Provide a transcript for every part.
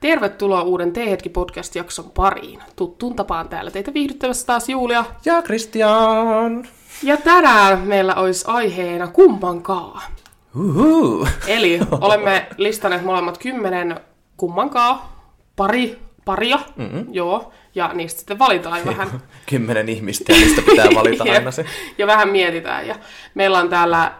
Tervetuloa uuden T-hetki podcast-jakson pariin. Tuttuun tapaan täällä teitä viihdyttävässä taas Julia. Ja Christian! Ja tänään meillä olisi aiheena kummankaa. Uhu. Eli olemme listanneet molemmat kymmenen kummankaa, pari, paria, mm-hmm. joo, ja niistä sitten valitaan vähän. Kymmenen ihmistä, ja mistä pitää valita aina se. ja vähän mietitään. Ja meillä on täällä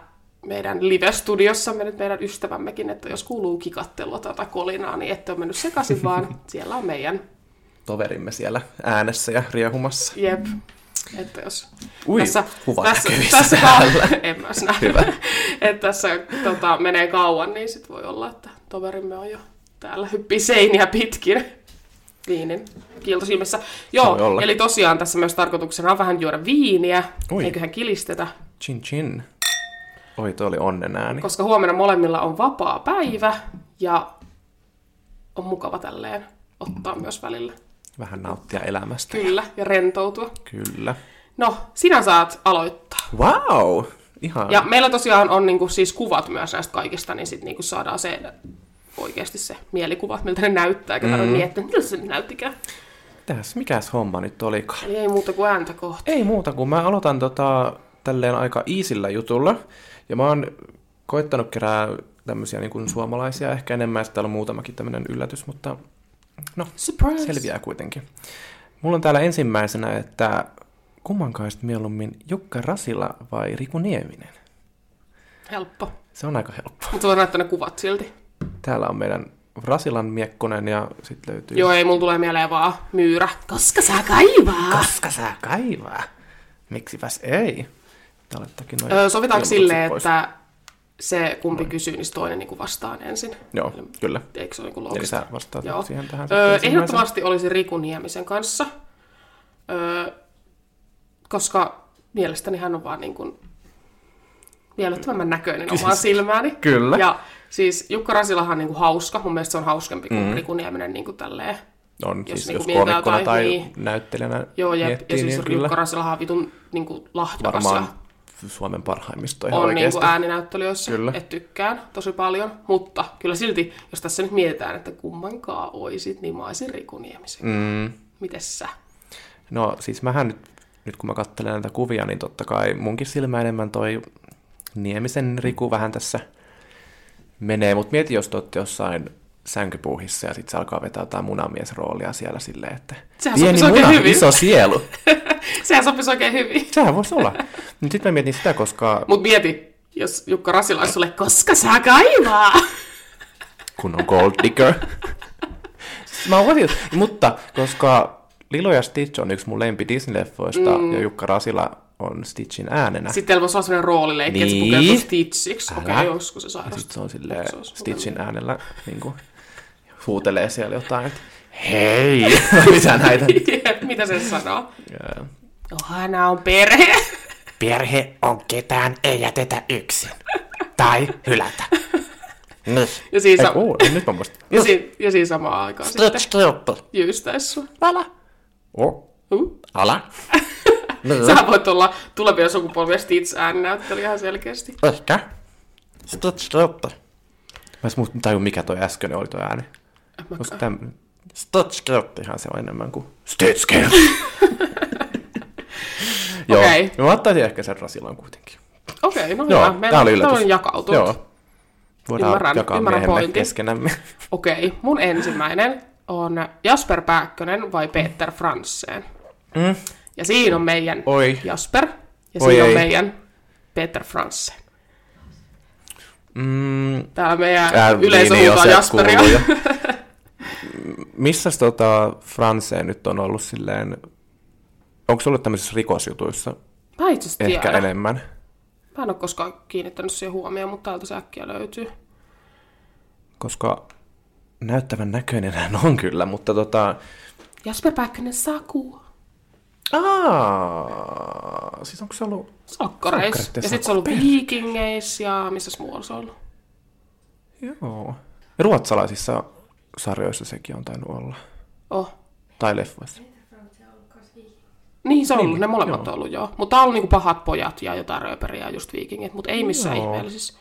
meidän live-studiossa nyt meidän ystävämmekin, että jos kuuluu kikattelua tai kolinaa, niin ette ole mennyt sekaisin, vaan siellä on meidän Toverimme siellä äänessä ja riehumassa. Jep. Että jos Ui, tässä, kuva tässä, näkyvissä tässä, täällä. en mä ois nähnyt. Hyvä. että tässä tota, menee kauan, niin sit voi olla, että toverimme on jo täällä hyppii seiniä pitkin. Niin, niin. Kiiltosilmissä. Voi Joo, olla. eli tosiaan tässä myös tarkoituksena on vähän juoda viiniä, Ui. eiköhän kilistetä, Chin chin. Oi, toi oli onnen ääni. koska huomenna molemmilla on vapaa päivä ja on mukava tälleen ottaa myös välillä. Vähän nauttia elämästä. Kyllä, ja rentoutua. Kyllä. No, sinä saat aloittaa. Wow! Ihan. Ja meillä tosiaan on niinku siis kuvat myös näistä kaikista, niin sitten niinku saadaan se oikeasti se mielikuva, miltä ne näyttää, eikä Mm. tarvitse miettiä, miltä se näyttikään. Mitäs, mikäs homma nyt olikaan? Eli ei muuta kuin ääntä kohta. Ei muuta kuin mä aloitan tota, tälleen aika iisillä jutulla. Ja mä oon koittanut kerää tämmöisiä niin kuin suomalaisia ehkä enemmän. ja sit Täällä on muutamakin tämmöinen yllätys, mutta no, Surprise! selviää kuitenkin. Mulla on täällä ensimmäisenä, että kummankaiset mieluummin Jukka Rasila vai Riku Nieminen? Helppo. Se on aika helppo. Mutta voi näyttää ne kuvat silti. Täällä on meidän Rasilan miekkonen ja sitten löytyy... Joo, ei mulla tulee mieleen vaan myyrä. Koska saa kaivaa? Koska sä kaivaa? Miksipäs ei? Täällä ottaakin noin Öö, sovitaanko ilmoitukset silleen, pois. että se kumpi kysyy, niin se toinen niinku vastaan ensin? Joo, kyllä. Eikö se ole niinku Eli loogista? sä vastaat Joo. siihen tähän Öö, sitten ensimmäisenä. ehdottomasti olisi Riku Niemisen kanssa, öö, koska mielestäni hän on vaan niin kuin miellyttävämmän näköinen omaan silmääni. Kyllä. Ja siis Jukka Rasilahan on niin kuin hauska, mun mielestä se on hauskempi kuin mm. Riku Nieminen niin kuin tälleen. On, jos siis niinku jos mietitään koomikkona jotain, tai niin- näyttelijänä Joo, jep. miettii, ja siis niin Jukka kyllä Rasilahan on vitun niin kuin lahjakas varmaan ja Suomen parhaimmista ihan on niin oikeasti. kuin ääninäyttelijöissä, Kyllä. että tykkään tosi paljon, mutta kyllä silti, jos tässä nyt mietitään, että kummankaan oisit, niin mä oisin Riku Niemisen. Mm. Mites sä? No siis mähän nyt, nyt kun mä katselen näitä kuvia, niin totta kai munkin silmä enemmän toi Niemisen Riku vähän tässä menee, mutta mieti, jos te ootte jossain sänkypuuhissa ja sitten se alkaa vetää jotain munamiesroolia siellä silleen, että Sehän pieni sopisi oikein muna, hyvin. iso sielu. Sehän sopisi oikein hyvin. Sehän voisi olla. Nyt sitten mä mietin sitä, koska Mut mieti, jos Jukka Rasila olisi sulle, koska sä kaivaa? kun on gold digger. Siis mä voisin, mutta koska Lilo ja Stitch on yksi mun lempi Disney-leffoista mm. ja Jukka Rasila on Stitchin äänenä. Sitten teillä voisi olla sellainen roolileikki, niin. että se Niin. pukeutuu Stitchiksi. Okei, Älä. okay, joskus se Ja sairastuu. sit se on silleen se olisi Stitchin äänellä niin kuin, huutelee siellä jotain, että hei, mitä näitä nyt? Mitä se sanoo? Joo. Johanna on perhe. Perhe on ketään ei jätetä yksin. Tai hylätä. Nyt. Ja siis, Ei, sa- oo, ei, nyt mä muistan. ja, si- ja siis samaan aikaan sitten Stutstruppe. jyystäis sua. Älä. Oh, Uh. Ala. Sä voit olla tulevia sukupolvia Stitch ääninäyttelijä ihan selkeästi. Ehkä. Stutstruppe. Mä en muuten tajua, mikä toi äskeinen oli toi ääni. En mä Koska tämän, Stutstruppe. ihan se on enemmän kuin... Stutsker. Joo, Okei. mä ottaisin ehkä sen Rasilan kuitenkin. Okei, no Joo, hyvä. Meillä tää oli yllätys. on jakautunut. Joo. Voidaan Ymmärrän- jakaa ymmärrän miehemme pointin. keskenämme. Okei, mun ensimmäinen on Jasper Pääkkönen vai Peter Franssen. Mm. Ja siinä on meidän Oi. Jasper ja Oi siinä on ei. meidän Peter Franssen. Mm, niin, Täällä meidän Tää yleisö linja huutaa sieltä Jasperia. kuuluu jo. Missäs tota Franseen nyt on ollut silleen... Onko se ollut tämmöisissä rikosjutuissa Mä itse asiassa ehkä tiedän. enemmän? Mä en ole koskaan kiinnittänyt siihen huomioon, mutta täältä se äkkiä löytyy. Koska näyttävän näköinen hän on kyllä, mutta tota... Jasper Pääkkönen Saku. Aa, siis onko se ollut... Sakkareis. Sankkarit ja Ja sitten se on ollut Vikingeis ja missäs muualla se on ollut? Joo. Ruotsalaisissa sarjoissa sekin on tainnut olla. Oh. Tai leffoissa. Niin se on ollut, ne molemmat joo. on ollut joo. Mutta tää on ollut niinku pahat pojat ja jotain rööperiä ja just viikingit, mutta ei missään Niin, Joo. ihmeellisissä.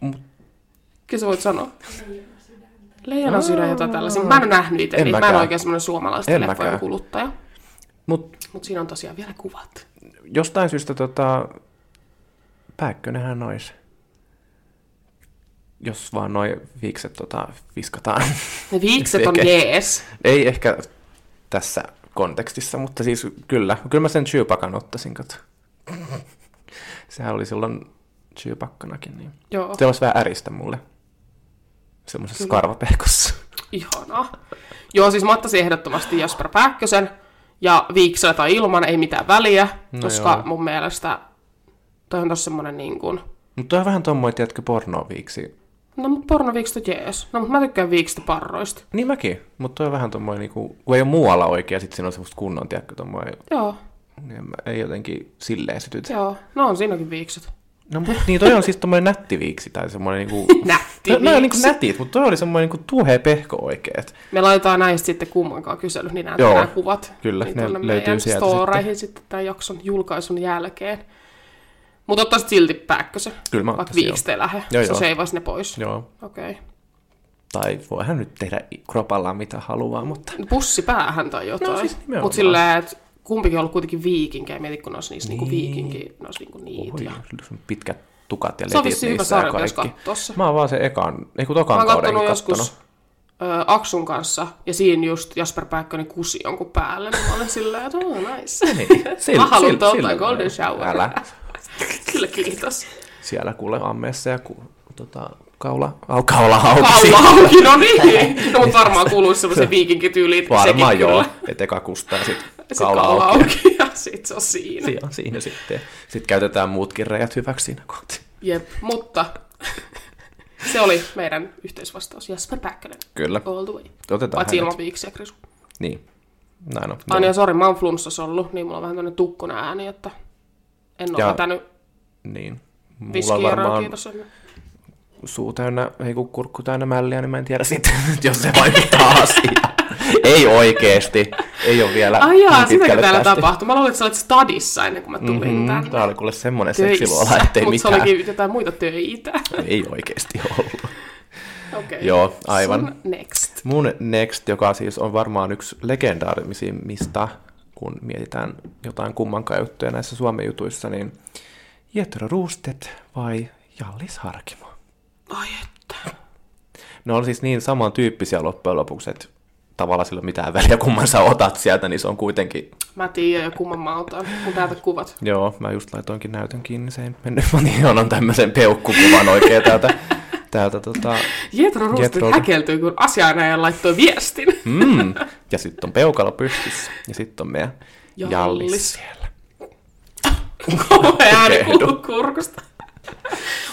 mut- Kyllä sä voit sanoa. Leijonan sydän, jotain tällaisia. Mä en ole nähnyt itse, En niin mä en mäkään. ole oikein semmoinen suomalaisten En leffojen mäkään. kuluttaja. Mutta Mutta siinä on tosiaan vielä kuvat. jostain syystä tota, pääkkönähän olisi, jos vaan noin viikset tota, viskataan. Ne viikset on Tekee. jees. Ei ehkä tässä kontekstissa, mutta siis kyllä. Kyllä mä sen Chewbacan ottaisin, kato. Sehän oli silloin Chewbaccanakin, niin. Joo, Se olisi vähän äristä mulle. Semmoisessa karvapehkossa. ihanaa. Joo, siis mä ottaisin ehdottomasti Jasper Pääkkösen. Ja viiksellä tai ilman ei mitään väliä, no koska joo. joo. mun mielestä toi on tossa semmonen niin kuin... Mutta toi on vähän tommoinen, tiedätkö, pornoviiksi. No mut pornoviikset on jees. No mut mä tykkään viiksistä parroista. Niin mäkin, mutta toi on vähän tommoinen, niinku, kun ei ole muualla oikea, sit siinä on semmoista kunnon, tiedätkö, tommoinen, Joo, niin en mä, ei jotenkin silleen sytytä. joo. No on siinäkin viikset. No mut niin, toi on siis tommoinen nätti viiksi, tai semmoinen niinku... Nätti No, viikset. no, niinku nätit, mutta toi oli semmoinen niinku tuhe pehko oikeet. Me laitetaan näistä sitten kummankaan kysely, niin nämä, Joo, nämä kuvat. kyllä, niin ne tuonne löytyy meidän sieltä storeihin sitten. sitten tämän jakson julkaisun jälkeen. Mutta ottaisit silti pääkkösen, Kyllä mä vaikka ottaisin, joo. viikste lähe. Joo, se joo. seivaisi ne pois. Joo. Okei. Okay. Tai voihan nyt tehdä i- kropallaan mitä haluaa, mutta... Pussi päähän tai jotain. No siis nimenomaan. Mutta silleen, että kumpikin on ollut kuitenkin viikinkejä. Mieti, kun ne olisi niissä niinku Niin. viikinki, ne olisi niinku niitä. Oi, ja... sun pitkät tukat ja Se on letit vissiin hyvä niissä ja sarja, pitäisi kaikki. katsoa se. Mä oon vaan se ekan, ei kun tokan Mä oon kaudenkin kattonut joskus kattonut. ö, Aksun kanssa, ja siinä just Jasper Pääkkönen kusi jonkun päälle, niin mä olin silleen, että oh, nice. Niin, sillä- Mä haluan sillä- tuolta sillä- golden shower. Älä. Kyllä kiitos. Siellä kuule ammeessa ja ku, tota, kaula, au, kaula auki. Kaula auki, no niin. No, mutta varmaan kuuluisi semmoisen viikinkityyliin. Varmaan sekin joo, kyllä. että eka kustaa sit Sitten kaula auki. auki ja sit se on siinä. Se on siinä sitten. Sitten käytetään muutkin rajat hyväksi siinä kohti. Jep, mutta se oli meidän yhteisvastaus. Jasper Pääkkönen, Kyllä, all the way. otetaan Paitsi hänet. ilman viiksiä, Krisu. Niin. Näin on. Ai niin, sori, mä oon flunssas ollut, niin mulla on vähän tämmönen tukkonen ääni, että en Ja ole vetänyt Niin. Mulla on viskiä varmaan niin kiitos. suu täynnä, ei kun kurkku täynnä mälliä, niin mä en tiedä sitten, että jos se vaikuttaa asiaan. ei oikeesti. Ei ole vielä Ai jaa, niin sitäkö pitkälle täällä päästy. tapahtui? Mä luulin, että sä olit stadissa ennen kuin mä tulin mm-hmm, tänne. Mm, tää oli kuule semmonen seksiluola, töissä, ettei mutta se mitään. olikin jotain muita töitä. Ei oikeesti ollut. Okay. Joo, aivan. Sun next. Mun next, joka siis on varmaan yksi legendaarisimmista, kun mietitään jotain kummankaan juttuja näissä Suomen jutuissa, niin Jetro Roostet vai Jallis Harkimo? Ai että. Ne on siis niin samantyyppisiä loppujen lopuksi, että tavallaan sillä ei ole mitään väliä, kumman sä otat sieltä, niin se on kuitenkin... Mä tiedän jo kumman mä otan, kun täältä kuvat. Joo, mä just laitoinkin näytön kiinni, se ei mennyt, mä niin on tämmöisen peukkukuvan oikein täältä, täältä tota... Jetro Ruustin Jetro- häkeltyi, kun asianajaja laittoi viestin. Mm. Ja sitten on peukalo pystyssä, ja sitten on meidän Jallis, Jallis. Jallis siellä. Kauhea ääni Tukehdu. kuuluu kurkusta.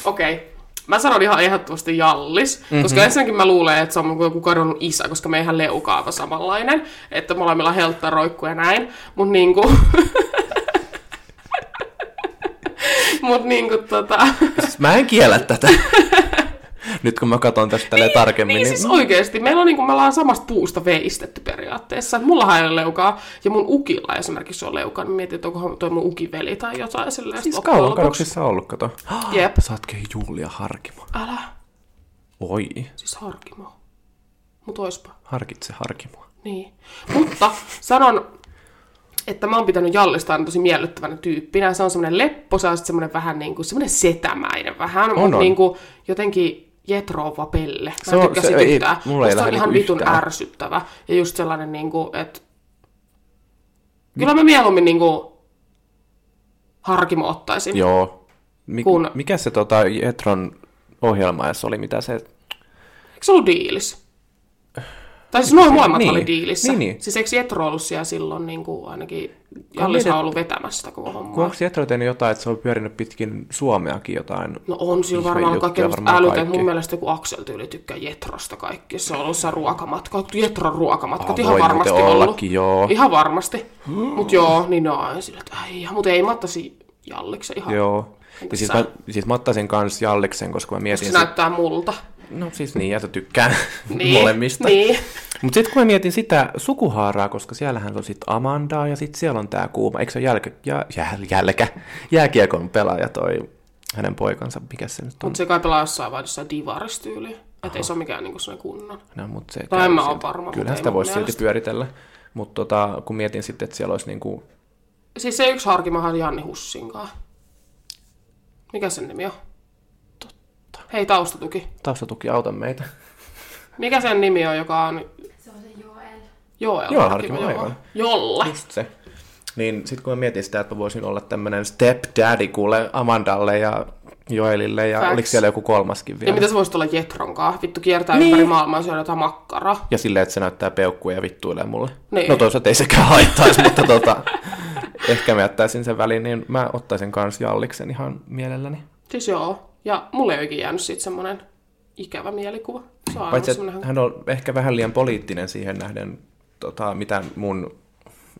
Okei. Okay. Mä sanon ihan ehdottomasti Jallis, mm-hmm. koska Mhm. ensinnäkin mä luulen, että se on mun joku kadonnut isä, koska me ihan leukaava samanlainen, että molemmilla heltta roikkuu ja näin, mut niinku... mut niinku tota... Siis mä en kiellä tätä. Nyt kun mä katson tästä tälleen tarkemmin, Niin niin... siis oikeesti, meillä on niinku, me ollaan samasta puusta veistetty periaatteessa. Mullahan ei ole leukaa, ja mun ukilla esimerkiksi on leukaa, niin mietin, että onkohan toi mun ukiveli tai jotain silleen. siis loppujen kauan lopuksi. kadoksissa ollut, kato. Jep. Sä ootkin Julia Harkimo. Älä, Oi, siis harkimo. Mut oispa. harkitse Harkimoa. Niin. Mutta sanon, että mä oon pitänyt Jallista aina tosi miellyttävänä tyyppinä. Se on semmoinen lepposa, ja sit semmoinen vähän niin kuin, semmoinen setämäinen vähän, On, mutta on. niin kuin jotenkin jetroova pelle. Mä Se se on- en tykkää se siitä ei- yhtään. mulla ei Musta se on lähde ihan niinku vitun yhtään. ärsyttävä. Ja just sellainen, niin kuin, että kyllä mä mieluummin niin kuin harkimo ottaisin. Joo. Mik, Kun- Mikä se tota Jetron ohjelma edes oli, mitä se... Eikö se ollut diilissä? Tai siis noin molemmat Niin, niin, oli diilissä. niin, niin. Siis eikö Jetro ollut siellä silloin niin kuin ainakin, Jallis on mietit- ollut vetämässä sitä koko hommaa. Kun onko Jetro tehnyt jotain, että se on pyörinyt pitkin Suomeakin jotain? No on sillä Ihme varmaan ollut juttuja kaikkea varmaan älytä. kaikki. Mun mielestä joku Aksel tyyli tykkää Jetrosta kaikki. Se on ollut se ruokamatka. Jetron ruokamatkat Aa, ihan Ah, voi varmasti muuten ollut. ollakin, joo. Ihan varmasti. Mut joo, niin ne on aina sillä, että äijä. Mut ei mä ottaisi Jalliksen ihan. Joo. Ja Entäs siis sä? mä, siis mä ottaisin kans Jalliksen, koska mä mietin... Se sit- näyttää multa. No siis niin, ja sä tykkään Niin, molemmista. niin. Mutta sitten kun mä mietin sitä sukuhaaraa, koska siellähän on sitten Amandaa ja sitten siellä on tämä kuuma, eikö se ole jälke, jä, jä, jälkä, jääkiekon pelaaja toi hänen poikansa, mikä se nyt on? Mut se kai pelaa jossain vaan jossain divaristyyliin. Että ei se ole mikään niinku sellainen kunnon. No, mutta se Tai en mä käy oo silti. varma, mutta Kyllähän ei sitä mun voisi silti mielestä. pyöritellä. Mutta tota, kun mietin sitten, että siellä olisi niin kuin, Siis se yksi harkimahan on Janni Hussinkaan. Mikä sen nimi on? Totta. Hei, taustatuki. taustatuki auta meitä. Mikä sen nimi on, joka on Se on se Joel. Joel? Joo, Harkimo, aivan. Jolle. Just se. Niin sitten kun mä mietin sitä, että mä voisin olla tämmöinen stepdaddy kuule Amandalle ja Joelille ja Facts. Facts. oliko siellä joku kolmaskin vielä. Ja mitä se voisi olla Jetronkaan? Vittu kiertää niin. ympäri maailmaa syödä jotain makkaraa. Ja silleen, että se näyttää peukkuja ja vittuilee mulle. Niin. No toisaalta ei sekään haittaisi, mutta tota, ehkä mä jättäisin sen väliin, niin mä ottaisin kans Jalliksen ihan mielelläni. Siis joo. Ja mulle ei oikein jäänyt siitä semmonen ikävä mielikuva. Se on Paitsi, Paitsi, että semmonen... hän on ehkä vähän liian poliittinen siihen nähden, tota, mitä mun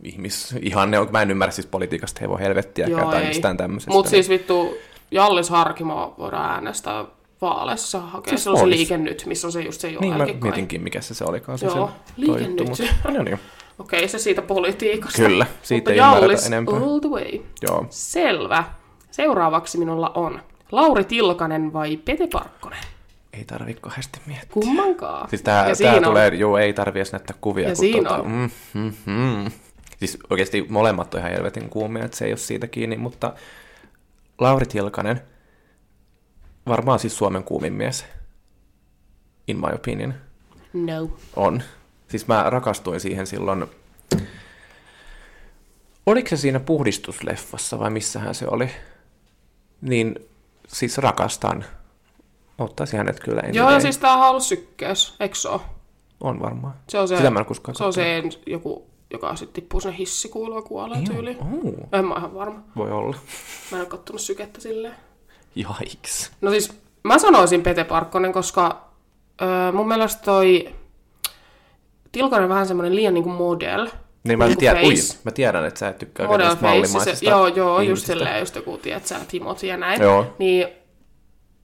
ihmisihanne on. Mä en ymmärrä siis politiikasta hevon helvettiäkään tai mistään tämmöisestä. Mutta siis vittu, Jallis Harkimo voidaan äänestää vaaleissa hakea. Siis Siis on se ois. liike nyt, missä on se just se Joelkin Niin mä kai. mietinkin, mikä se se olikaan. Se Joo, sen liike toi juttu, nyt. mutta- No niin, Okei, se siitä politiikasta. Kyllä, siitä ei Mutta ymmärretä Jallis enempää. all the way. joo. Selvä. Seuraavaksi minulla on Lauri Tilkanen vai Pete Parkkonen? Ei tarvi kohdasti miettiä. Kummankaan. Siis tää, siinä tää on- tulee, joo, ei tarvi edes näyttää kuvia. Ja kun siinä tota, on. mm, mm, mm. Siis oikeesti molemmat on ihan helvetin kuumia, että se ei ole siitä kiinni, mutta Lauri Tilkanen, varmaan siis Suomen kuumin mies, in my opinion, No. on. Siis mä rakastuin siihen silloin, oliko se siinä puhdistusleffassa vai missähän se oli, niin siis rakastan. Ottaisin hänet kyllä ensin. Joo, ja siis tää on ollut sykkäys, eikö se oo? On varmaan. Se on se, Sitä mä en koskaan se, on se en, joku, joka sitten tippuu sinne hissikuiluun ja kuolee tyyliin. Oh, En mä ihan varma. voi olla. Mä en oo kattonut sykettä silleen. Jaiks. No siis mä sanoisin Pete Parkkonen, koska öö, mun mielestä toi Tilkanen on vähän semmoinen liian niinku model. Niin mä, niinku tiedän, ui, face. mä tiedän, että sä et tykkää Model kaikista face, siis mallimaisista se, joo, joo, just ihmisistä. silleen, just joku, tiedät sä, Timothy ja näin. Joo. Niin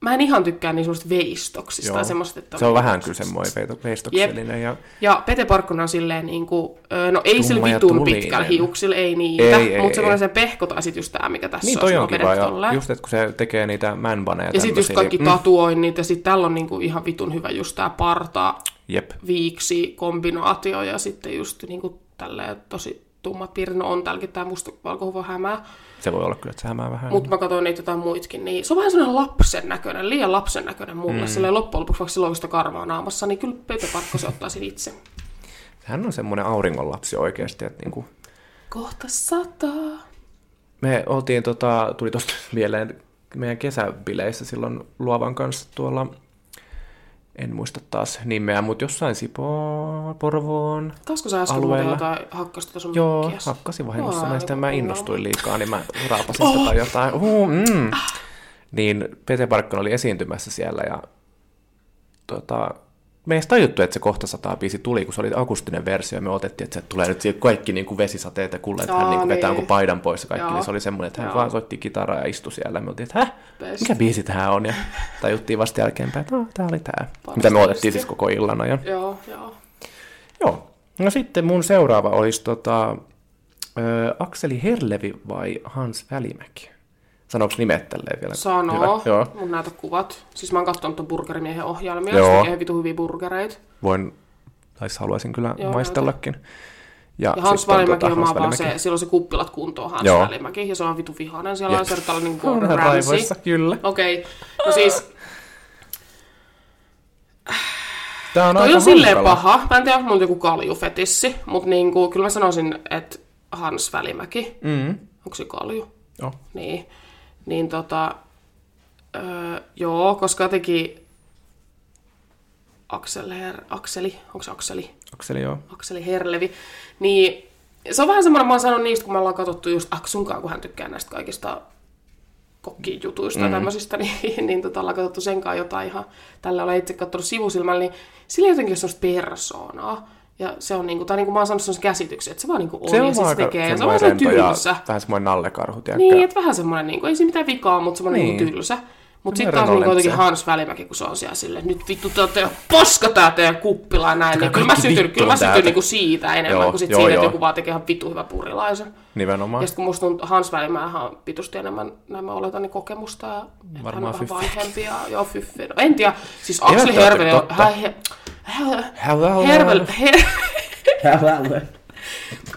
mä en ihan tykkää niin semmoista veistoksista Joo. tai semmoista, että... Se on vähän kyllä semmoinen veito- veistoksellinen. Ja... Ja Pete Parkkonen on silleen niin kuin, no ei sillä Tumma ja vitun tulinen. pitkällä hiuksilla, ei niitä, Ei, ei, mutta ei. semmoinen se pehko tai sit just tää, mikä tässä Niin on. toi se on kiva. vedetty Ja tolleen. just, että kun se tekee niitä manbaneja ja sit just tämmösiä, kaikki niin, tatuoinnit, ja sit tällä on niinku ihan vitun hyvä just tää parta, jep. viiksi, kombinaatio, ja sitten just niinku tälleen tosi tummat piirteet, no on täälläkin tää musta valkohuva hämää, Se voi olla kyllä, että se hämää vähän. mutta mä katsoin niitä jotain muitkin, niin se on vähän sellainen lapsen näköinen, liian lapsen näköinen mulle, mm. silleen loppujen lopuksi vaikka silloin, kun sitä karvaa naamassa, niin kyllä Pete Parkkosen ottaisin itse. Hän on semmoinen auringonlapsi oikeasti, että niinku, Kohta sataa. Me oltiin, tota, tuli tuosta mieleen meidän kesäbileissä silloin Luovan kanssa tuolla, en muista taas nimeä, mutta jossain Sipo, Porvoon. Taasko sä äsken Alueella. muuten jotain hakkasi tota sun Joo, mikkiäs? hakkasin vahingossa Joo, näistä, aivan mä kunnolla. innostuin liikaa, niin mä Oh. raapasin sitä tai jotain. Uh, mm. Niin Pete Parkkonen oli esiintymässä siellä ja tota, me ei edes tajuttu, että se kohta sataa biisi tuli, kun se oli akustinen versio ja me otettiin, että se tulee nyt siihen kaikki niin kuin vesisateet ja kulleet, että hän Aa, niin kuin vetää niin. niin. paidan pois ja kaikki, Joo. niin se oli semmoinen, että hän Joo. vaan soitti kitaraa ja istui siellä ja me oltiin, että häh, Best. mikä biisi tämä on ja tajuttiin vasta jälkeenpäin, että "Ah, tää oli tää, mitä me viestiä. otettiin siis koko illana ja Joo, joo. Joo. No sitten mun seuraava olisi tota, ö, Akseli Herlevi vai Hans Välimäki? Sanoks nimet tälleen vielä? Sano, Hyvä. Joo. mun näitä kuvat. Siis mä oon katsonut ton burgerimiehen ohjelmia, Joo. se tekee vitu hyviä burgereita. Voin, tai siis haluaisin kyllä Joo, Joo, maistellakin. siis Ja Hans Välimäki on tota, Hans vaan Välimäki. se, silloin se kuppilat kuntoon Hans Joo. Välimäki, ja se on vitu vihainen. Siellä on Jep. se tällainen On Gordon ihan Ramsay. raivoissa, kyllä. Okei, okay. no siis Tää on Toi aika on silleen hankala. paha. Mä en tiedä, onko mulla joku kaljufetissi, mutta niinku, kyllä mä sanoisin, että Hans Välimäki. Mm. Onko se kalju? Joo. Niin. Niin tota, öö, joo, koska jotenkin Aksel Her, Akseli, onko se Akseli? Akseli, joo. Akseli Herlevi, niin se on vähän semmoinen, mä oon sanonut niistä, kun me ollaan katsottu just Aksunkaan, kun hän tykkää näistä kaikista kokkijutuista mm. ja tämmöisistä, niin, niin tota, ollaan katsottu senkaan jotain ihan, tällä olen itse katsonut sivusilmällä, niin sillä jotenkin on semmoista persoonaa. Ja se on niinku, tai niinku mä oon saanut semmoisen käsityksen, että se vaan niinku on, se on ja siis aika tekee, ja se on semmoinen vaan semmoinen rento ja tylsä. Vähän semmoinen nallekarhu, tiedätkö? niinku, Niin, että vähän semmoinen, niin kuin, ei siinä mitään vikaa, mutta semmoinen niin. Niin. niin tylsä. Mutta Mä sitten taas niin rennollinen kuitenkin se. Hans Välimäki, kun se on siellä silleen, nyt vittu, te olette paska tää teidän kuppila näin. Niin, kyllä mä kaikki sytyn, vittu kyllä mä on sytyn täältä. niinku siitä enemmän Joo, kuin sit joo, siitä, että joo. joku vaan tekee ihan vitu hyvä purilaisen. Nimenomaan. Ja sitten kun musta tuntuu, Hans Välimäen on pitusti enemmän, näin mä oletan, niin kokemusta ja että hän on Varmaan vähän fyffi. vanhempi ja joo, fyffi. No, en tiedä, siis Akseli välttämättä Herveli on... totta. Hä, he, hä, Hello. hervel, her,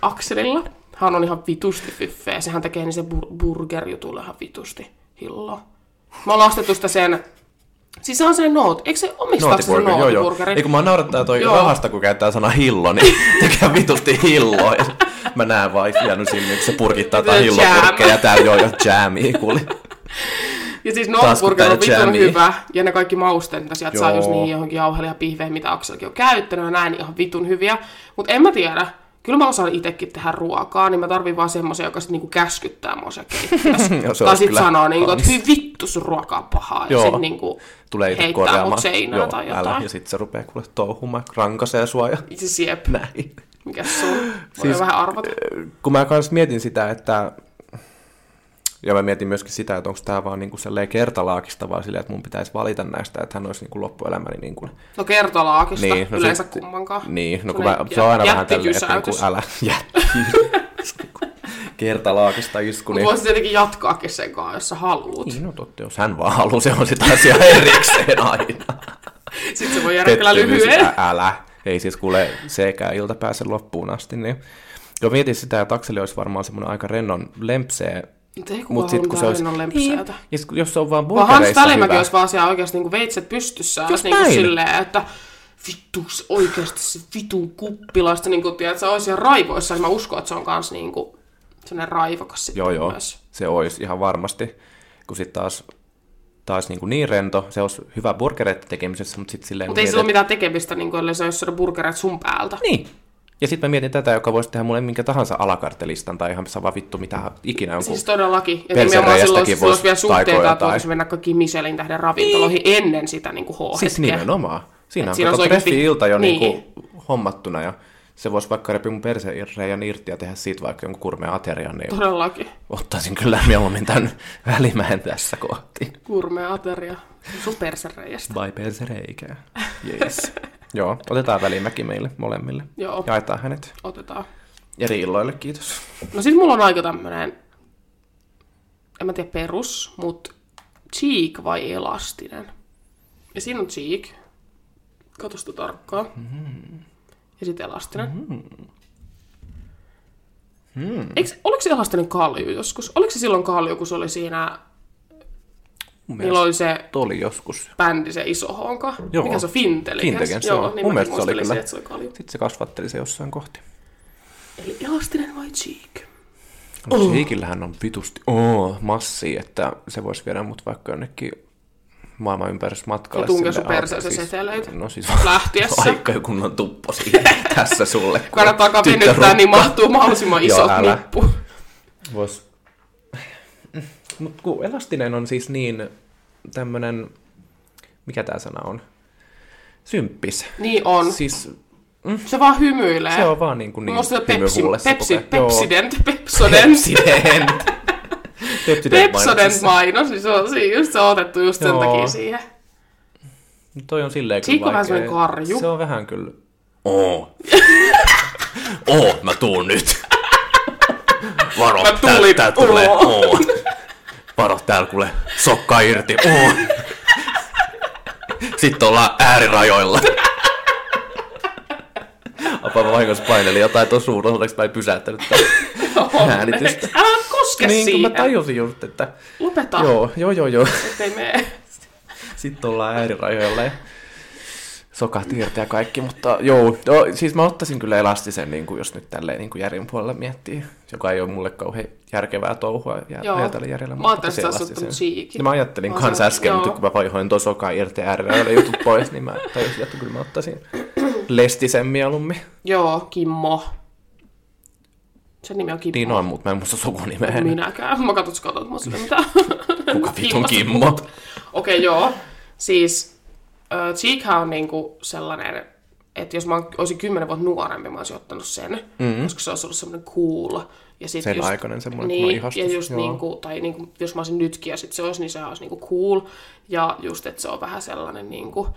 Akselilla hän on ihan vitusti fyffejä. Sehän tekee niin se bur- burger-jutulla ihan vitusti hilloa. Mä oon ostettu sitä sen... Siis se on se noot. Eikö se omistaako se Nootiburger, joo joo. nootiburgeri? Ei kun mä naurattaa toi Joo. joo. rahasta, kun käyttää sana hillo, niin tekee vitusti hilloa. Ja mä näen vaan jäänyt sinne, että se purkittaa Jam. tai hillopurkkeja täällä joo joo jamii kuuli. Ja siis Taas kun Nordburger on tää vitun jamii. hyvä, ja ne kaikki mausteet, mitä sieltä saa, Joo. jos niihin johonkin jauhelle ja pihveihin, mitä Akselkin on käyttänyt, ja näin niin ihan vitun hyviä. Mutta en mä tiedä, kyllä mä osaan itsekin tehdä ruokaa, niin mä tarvin vaan semmoisen, joka sit niinku käskyttää mua siellä keittiössä. Joo, se tai olisi sit kyllä sanoo, niinku, että kans. hyvin vittu sun ruokaa on pahaa, ja Joo. sit niinku Tulee itse heittää korjaamaan. mut seinää Joo, tai Älä. jotain. Ja sit se rupeaa kuule touhumaan, rankasee sua ja Itse siep, näin. mikä sun? Voi Siis- vähän arvata. Kun mä kans mietin sitä, että ja mä mietin myöskin sitä, että onko tämä vaan niinku selleen kertalaakistavaa silleen, että mun pitäisi valita näistä, että hän olisi niinku loppuelämäni niinku No kertalaakista, niin, Niin, no yleensä sit- kummankaan. Niin, no kun mä, Sellainen se on aina jä- vähän tälleen, että jättikysäytys. niin älä jätti. Kertalaakista isku, Mut niin... voisit tietenkin jatkaakin sen kanssa, jos sä haluut. Niin, no totta, jos hän vaan haluaa, se on sitä asiaa erikseen aina. Sitten se voi jäädä kyllä Pettymys, lyhyen. ä- älä. Ei siis kuule sekään ilta pääse loppuun asti, niin... Jo mietin sitä, että Akseli olisi varmaan semmoinen aika rennon lempsee. Mutta ei kukaan Mut sit, kun se olisi... Niin. ja sit, kun- jos se on vaan Vaan Hans burgereissa hyvä. Välimäki olisi vaan siellä oikeasti niinku veitset pystyssä. Just niinku näin. silleen, että vittu se oikeasti se vitun kuppilasta, niinku, tiedät, se olisi siellä raivoissa, niin mä uskon, että se on kans niinku sellainen raivokas sitten Joo, joo. myös. Se olisi ihan varmasti. Kun sitten taas, taas niin, kuin niin rento, se olisi hyvä burgereiden tekemisessä, mutta sitten silleen... Mutta ei mietin, sillä ole mitään tekemistä, niinku, ellei se olisi syödä burgereita sun päältä. Niin. Ja sitten mä mietin tätä, joka voisi tehdä mulle minkä tahansa alakarttelistan tai ihan sama vittu mitä ikinä on. Siis Siis... todellakin. Ja Pelsen nimenomaan silloin, reiästäkin jos olisi voisi vielä taikoa suhteita, että jotain. voitaisiin mennä kaikkiin Michelin tähden ravintoloihin ennen sitä niin kuin H-hetkeä. siis nimenomaan. Siinä Et on, siinä siinä olisi on oikeasti- ilta jo Niin. niin. niinku hommattuna ja se voisi vaikka repiä mun perseen irti ja tehdä siitä vaikka jonkun kurmea aterian, niin Todellakin. ottaisin kyllä mieluummin tämän välimäen tässä kohti. Kurmea ateria. Sun persereijästä. Vai persereikää. Yes. Joo, otetaan välimäki meille molemmille. Joo. Jaetaan hänet. Otetaan. Eri illoille, kiitos. No sit mulla on aika tämmönen, en mä tiedä perus, mut cheek vai elastinen. Ja siinä on cheek. Katso sitä tarkkaan. Mm-hmm. Ja sit elastinen. Mm-hmm. Mm. Eikö, oliko se elastinen kalju joskus? Oliko se silloin kalju, kun se oli siinä, Mun niillä oli se Tuo oli joskus. bändi, se iso honka. Joo. Mikä se on? Fintelikens. Fintelikens, Joo, joo. niin mäkin Mun mielestä se oli muistelin kyllä. se, että se oli kalju. Sitten se kasvatteli se jossain kohti. Eli elastinen vai cheek? Oh. Mutta Heikillähän on vitusti oh, massi, että se voisi viedä mut vaikka jonnekin maailman ympärysmatkalle. Ja tunkea sille sun perseeseen autoon. Siis- seteleitä. No siis Lähtiessä. Vaikka joku on tuppo siinä. Tässä sulle. kun Kannattaa kapinyttää, tyttörukka. niin mahtuu mahdollisimman Joo, iso älä. nuppu. niin- Vois... Mut kun elastinen on siis niin tämmönen, mikä tää sana on? Symppis. Niin on. Siis Se vaan hymyilee. se on vaan niin kuin niin Musta se Pepsi, hymyhuulessa Pepsi, koko ajan. Joo, Pepsident, Pepsodent, Pepsodent. Pepsodent. Pepsodent mainoksessa. mainos, niin se on, si- just se on otettu just sen Joo. takia siihen. Toi on silleen Chico kyllä vähän vaikea. semmonen karju. Se on vähän kyllä. Oo. Oo, mä tuun nyt. Varo, Mä tää- tulin. tää tulee. Oo. Oo. Varo, täällä kuule sokka irti. Oo. Sitten ollaan äärirajoilla. Apa mä vahingossa painelin jotain tuon suun osaksi, mä en pysäyttänyt tätä äänitystä. Älä koske Niin, kun mä siihen. tajusin just, että... Lopeta, Joo, joo, joo, joo. ettei mene. Sitten ollaan äärirajoilla ja sokat irti ja kaikki, mutta joo, joo siis mä ottaisin kyllä elastisen, niin kuin jos nyt tälleen niin kuin järjen puolella miettii, joka ei ole mulle kauhean järkevää touhua ja Joo. ajatella järjellä. Mä mutta ajattelin, se että sä oot elastisen. ottanut siikin. No mä ajattelin Mä kans sanoin, äsken, mutta joo. kun mä vaihoin tuon sokan irti äärirajoilla jutut pois, niin mä tajusin, että kyllä mä ottaisin lestisen mieluummin. Joo, Kimmo. Sen nimi on Kimmo. Niin on, mutta mä en muista sukunimeä. Minäkään. Mä katson, että sä katsot mua sille mitään. Kuka vitun Kimmosta Kimmo? Okei, joo. Siis äh, Cheekhän on niinku sellainen että jos mä olisin kymmenen vuotta nuorempi, mä olisin ottanut sen, mm-hmm. koska se olisi ollut semmoinen cool. Ja sit Sen aikainen semmoinen, että mulla niin, ihastus, ja just joo. niin kuin, tai niin kuin, jos mä olisin nytkin ja sit se olisi, niin se olisi niin kuin cool. Ja just, että se on vähän sellainen niin kuin,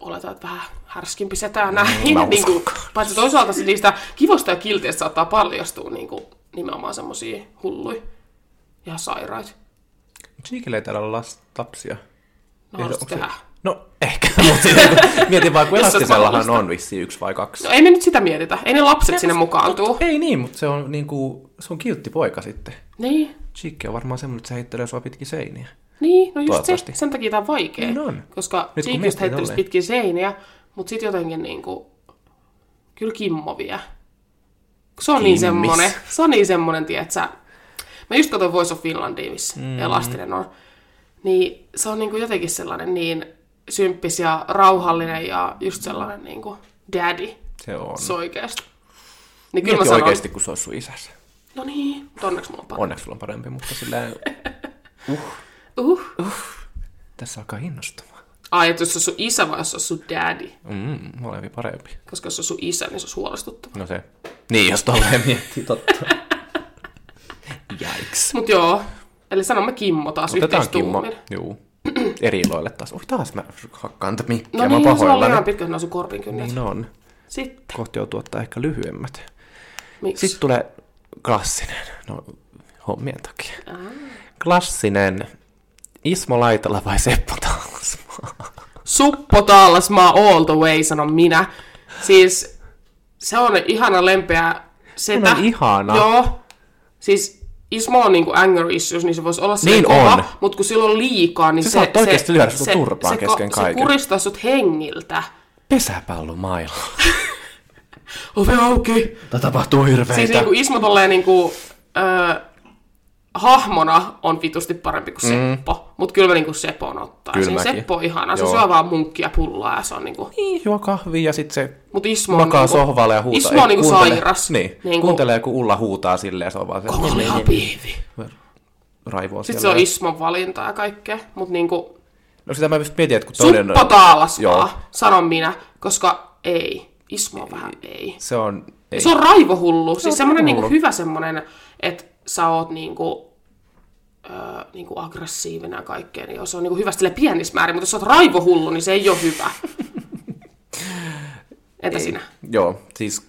oletan, että vähän härskimpi setä näin. Mm, mä niin kuin, paitsi toisaalta se niistä kivosta ja kilteistä saattaa paljastua niin kuin, nimenomaan semmoisia hulluja ja sairaita. Mutta niinkillä ei täällä ole las, lapsia. No, haluaisitko onko se- tehdä? No ehkä, mutta siis, kun- mietin vaan, kun Jos se on elastisellahan mahdollista. on vissi yksi vai kaksi. No ei me nyt sitä mietitä. Ei ne lapset sinne mukaantuu. Ei niin, mutta se on niinku, se on kiltti poika sitten. Niin, Chiikki on varmaan semmoinen, että se heittelee sua pitkin seiniä. niin, no just se, Toivottavasti. sen takia tää on vaikea. Niin on. Koska kun Cheekystä miettii heittelisi tolleen. pitkin seiniä, mutta sitten jotenkin niinku, kyllä Kimmo vie. Kun Se on niin Kimmis. semmonen, se on niin semmonen, tietsä. Mä just katsoin Voice of Finlandia, missä mm. Elastinen on. Niin se on niinku jotenkin sellainen niin symppis ja rauhallinen ja just sellainen niinku daddy. Se on. Se oikeesti. Niin kyllä mä Mieti sanon, oikeasti, kun se on sun isänsä. no niin, mutta onneksi mulla on parempi. Onneksi sulla on parempi, mutta sillä Uh. tässä alkaa innostumaan. Ai, että jos se on sun isä vai jos se on sun daddy. Mm, molempi parempi. Koska jos se on sun isä, niin se on huolestuttava. No se. Niin, jos tolleen miettii totta. Jaiks. Mut joo, eli sanomme Kimmo taas Otetaan Kimmo. yhteistuumin. Juu. Eri iloille taas. Oi, taas mä hakkaan tätä mikkiä. No mä niin, sulla on pahoillani. ihan pitkä ne on sun korpin kynnet. Niin Niin. on. Sitten, Kohti joutuu ottaa ehkä lyhyemmät. miksi? Sitten tulee klassinen, no hommien takia. Klassinen Ismo Laitala vai Seppo Taalasmaa? Suppo Taallasmaa all the way, sanon minä. Siis se on ihana lempeä setä. On No, ihana. Joo. Siis Ismo on niinku anger issues, niin se voisi olla se Niin on. mutta kun sillä on liikaa, niin Sä se... saat oikeesti lyödä sut se- turpaan se, kesken Se kaiken. kuristaa sut hengiltä. Pesäpallomailla. Ove auki. Tätä tapahtuu hirveitä. Siis niinku Ismo tolleen niinku, ö, hahmona on vitusti parempi kuin Seppo, mm. mutta kyllä mä niinku Sepon ottaisin. Kyllä mäkin. Siis Seppo on ihana, se Joo. syö vaan munkkia pullaa ja se on niinku... Niin, juo kahvia ja sit se Mut Ismo on makaa niinku, sohvalle ja huutaa. Ismo on Ei, niinku kuuntele- sairas. Niin, Niinku- kuuntelee kun Ulla huutaa silleen ja se on vaan se Niin, Koko lihapiivi. raivoa Sitten se siellä. on Ismon valinta ja kaikkea, mutta niinku... No sitä mä just mietin, että kun toinen... Suppo taalas Joo. vaan, sanon minä, koska ei. Ismo on vähän ei. Se on... Ei. Se on raivohullu. Siis on semmoinen niinku hullu. hyvä semmoinen, että sä oot niinku, öö, niinku aggressiivinen ja kaikkea, niin se on niinku hyvä sille pienissä määrin, mutta jos sä oot raivohullu, niin se ei ole hyvä. Entä sinä? Joo, siis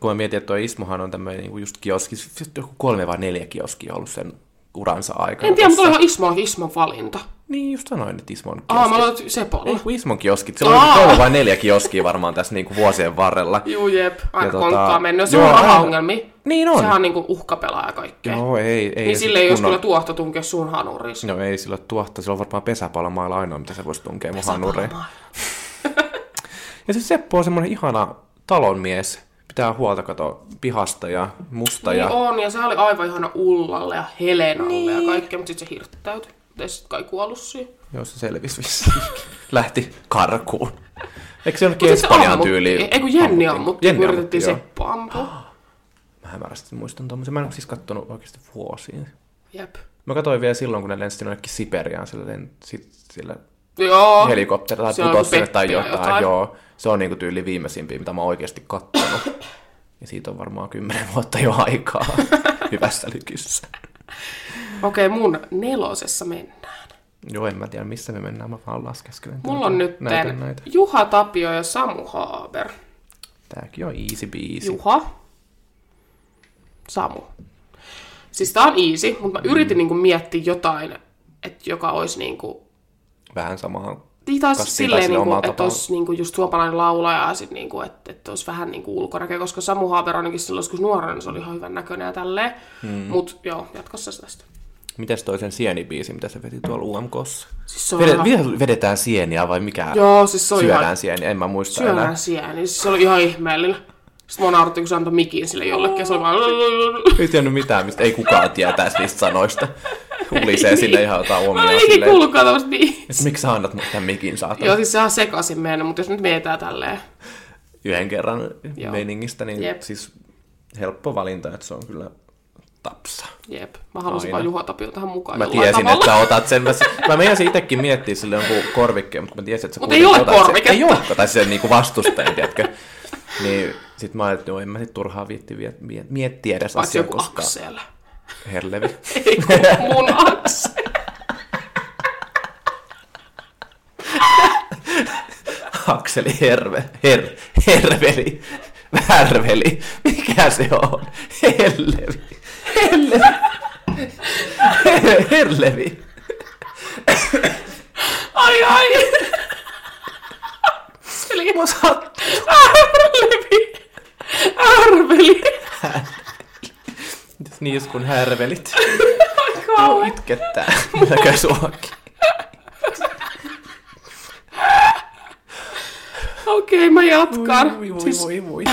kun mä mietin, että toi Ismohan on tämmöinen niinku just kioski, siis joku kolme vai neljä kioskia ollut sen uransa aikana. En tiedä, mutta tossa. olihan Ismollakin Ismon valinta. Niin, just sanoin, että Ismo on kioski. Aa, mä aloitin Sepolla. Ei, kun Ismon kioskit. Sillä on niinku Aa! kolme vai neljä kioskia varmaan tässä niinku vuosien varrella. Juu, jep. Aika Ja tota, tota- konkkaa mennyt. Se Joo, on hän- rahaongelmia. Niin on. Sehän on niinku uhkapelaaja ja kaikkea. Joo, ei, ei. niin se sille ei olisi kunnon- kyllä tuohto tunkea sun hanuriin. No ei sillä ole tuohta, sillä on varmaan pesäpalomailla ainoa, mitä se voisi tunkea mun hanureen. Ja siis Seppo on semmoinen ihana talonmies, pitää huolta kato pihasta ja musta Niin ja... on, ja se oli aivan ihana Ullalle ja Helenalle niin. ja kaikkea, mutta sitten se hirttäytyi. Mutta ei sitten kai kuollut siihen. Joo, se selvisi vissiin. Lähti karkuun. Eikö se jonnekin Mut sit se Espanjan ammuttiin. tyyliin? Ei kun Jenni ammuttiin, Jenni Jenni kun yritettiin ammuttiin, Seppo ampua. joo. Mä hämärästi muistan tuommoisen. Mä en ole siis kattonut oikeasti vuosiin. Jep. Mä katsoin vielä silloin, kun ne lensi jonnekin Siperiaan sillä, len- sit, sillä Joo. helikopterilla Siellä tai Oh, on putosi sinne joku tai Peppi ja jotain. jotain. jotain. Joo, se on niinku tyyli viimeisimpiä, mitä mä oon oikeasti kattonut. ja siitä on varmaan kymmenen vuotta jo aikaa. Hyvässä lykyssä. Okei, mun nelosessa mennään. Joo, en mä tiedä, missä me mennään. Mä vaan laskeskelen. Mulla täältä. on nyt näitä, näitä. Juha Tapio ja Samu Haaber. Tääkin on easy biisi. Juha. Samu. Siis tää on easy, mutta mä yritin niinku miettiä jotain, että joka olisi niinku Vähän samaan Niin taas Kastiin silleen, tai sille niin kuin, omalla että tavalla. olisi niin kuin, just suomalainen laulaja ja sit, niin kuin, että, että olisi vähän niin kuin ulkonäköä, koska Samu Haaber ainakin silloin joskus nuorena niin se oli ihan hyvän näköinen ja tälleen. Hmm. Mm. Mutta joo, jatkossa sitä sitten. Mites toi sen sienibiisi, mitä se veti tuolla UMKssa? Siis se on Vede, ihan- vielä vedetään sieniä vai mikä? Joo, siis se oli Syödään ihan... sieniä, en mä muista enää. Syödään siellä, niin siis se oli ihan ihmeellinen. Sitten mua nauratti, kun se antoi mikin sille jollekin, ja se oli vaan... Ei tiennyt mitään, mistä ei kukaan tietäisi niistä sanoista. Hulisee sinne ihan jotain Niin. Mä omia olin ikinä silleen. kuullutkaan tämmöistä niin. Et miksi sä annat mut tämän mikin saatan? Joo, siis se on sekaisin mennyt, mutta jos nyt mietitään tälleen. Yhden kerran Joo. meiningistä, niin Jep. siis helppo valinta, että se on kyllä Tapsa. Jep, mä halusin Aina. vaan Juha Tapio tähän mukaan Mä jollain tiesin, tavalla. että otat sen. Mä, mä meinasin itsekin miettiä sille jonkun korvikkeen, mutta mä tiesin, että sä Mut kuitenkin ei ole otat sen. korviketta. Ei olekaan, tai sen niinku vastustajan, tiedätkö. Niin sit mä ajattelin, että joo, en mä sit turhaa viitti viet- miet- miettiä edes Paitsi asiaa joku koskaan. Aksel. Herlevi. Ei kun mun Aksel. Akseli Herve, her, Herveli, Värveli, mikä se on? Hellevi, Hellevi, Herlevi. Ai ai. Akseli. Mua sattuu. Arveli. Arveli. Niin kun härvelit. Ai kauhean. Itkettää. Minäkö suakin? Okei, mä jatkan. Siis voi, voi.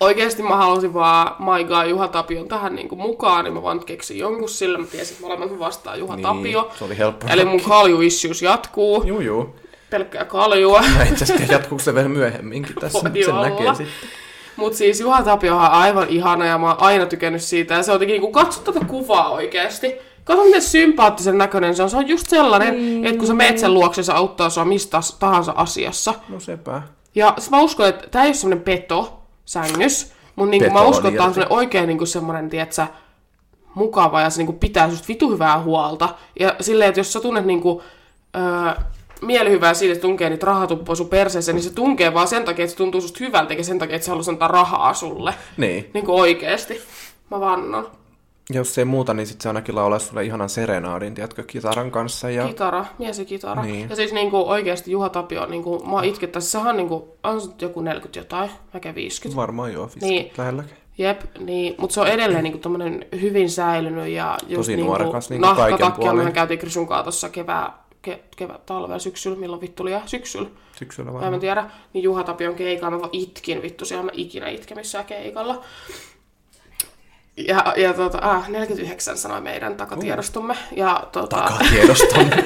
oikeesti mä halusin vaan maigaa Juha Tapion tähän niinku mukaan, niin mä vaan keksin jonkun sillä. Mä tiesin, että molemmat vastaa Juha Niin, Tapio. se oli helppo. Eli mun kalju-issues jatkuu. Juu, juu. Pelkkää kaljua. Mä itse asiassa jatkuuko se vielä myöhemminkin tässä, Voi sen olla. näkee sitten. Mutta siis Juha Tapiohan on aivan ihana ja mä oon aina tykännyt siitä. Ja se on jotenkin, kun katsot tätä kuvaa oikeasti, kato miten sympaattisen näköinen se on. Se on just sellainen, mm. että kun sä meet sen luokse, se auttaa sua mistä tahansa asiassa. No sepä. Ja sit mä uskon, että tää ei ole semmonen peto, sängys, mutta niinku Peto mä uskon, on että tää on irti. semmonen oikein niinku semmonen, tietsä, mukava ja se niinku pitää susta vitu hyvää huolta. Ja silleen, että jos sä tunnet niinku, öö, mielihyvää siitä, että tunkee niitä rahatuppoa sun perseessä, niin se tunkee vaan sen takia, että se tuntuu susta hyvältä, eikä sen takia, että se haluaa antaa rahaa sulle. Niin. Niinku oikeesti. Mä no, vannon. No. Jos ei muuta, niin sit se ainakin laulaa sulle ihanan serenaadin, tiedätkö, kitaran kanssa. Ja... Kitara, mies ja kitara. Niin. Ja siis niinku oikeesti Juha Tapio, niinku, mä itkettäisin, sehän niinku, on se nyt joku 40 jotain, mäkä 50. Varmaan joo, 50 Niin. niin. lähelläkin. Jep, niin, mutta se on edelleen niinku tommonen hyvin säilynyt ja just Tosi niinku nuorekas niinku kaiken puolin. mehän käytiin Krisun kanssa tuossa kevää, ke, kevää, talvella, syksyllä, milloin vittu liian, syksyllä, Syksyllä tai mä en varmaan. tiedä, niin Juha Tapion keikalla mä vaan itkin vittu, siellä mä ikinä itke missään keikalla. Ja, ja tota, ah, 49 sanoi meidän takatiedostomme. Ja, tota, Tiedostamme.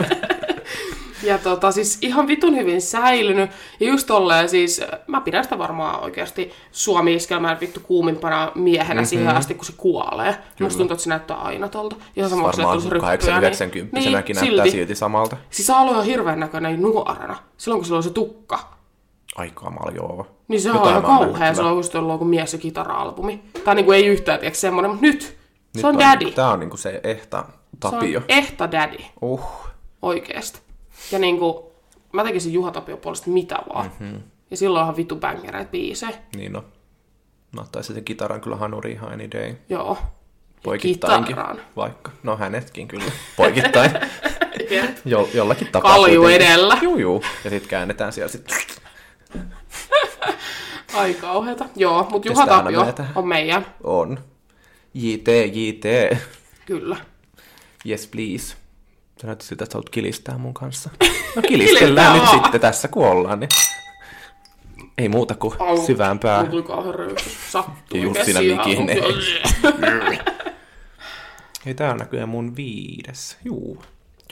ja tota, siis ihan vitun hyvin säilynyt. Ja just tolleen siis, äh, mä pidän sitä varmaan oikeasti Suomi-iskelmään vittu kuumimpana miehenä Mhm. mm-hmm. siihen asti, kun se kuolee. Kyllä. Musta tuntuu, että se näyttää aina tolta. Ihan sama, onko sille Varmaan tullut ryppyä, 890-senäkin niin, näyttää silti samalta. Sisäalue Siis on hirveän näköinen nuorena. Silloin, kun sillä on se tukka. Aikaa maljoava. Niin se on Jotain ihan mä oon kauhea. nähnyt Se kyllä. on oikeasti ollut joku mies ja kitara-albumi. Tai niinku ei yhtään, tiedätkö, semmoinen, mutta nyt. Nyt se on daddy. Tää on niinku se ehta Tapio. Se on ehta daddy. Uh, oikeesti. Ja niinku, mä tekisin Juha Tapio puolesta mitä vaan. Mhm. Mm-hmm. Ja silloin ihan vitu bängereitä biisejä. niin no. Mä ottaisin sen kitaran kyllä hanuri ihan any day. Joo. Poikittainkin Kitaraan. vaikka. No hänetkin kyllä. Poikittain. Jo- jollakin tapaa. Kalju kuitenkin. edellä. Juu, juu. Ja sit käännetään siellä sit. Ai kauheeta. Joo, mut Juha Mistä aina Tapio myötään? on meidän. On. JT, JT. Kyllä. Yes, please. Sä näytit siltä, että sä haluat kilistää mun kanssa. No kilistellään Kilistää nyt vaan. sitten tässä, kun ollaan. Niin. Ei muuta kuin Au. syvään Mulla päähän. tuli kauhean röykys. Sattuu. Ja just käsiä. siinä mikin. Joo. Ei, tää on näköjään mun viides. Juu.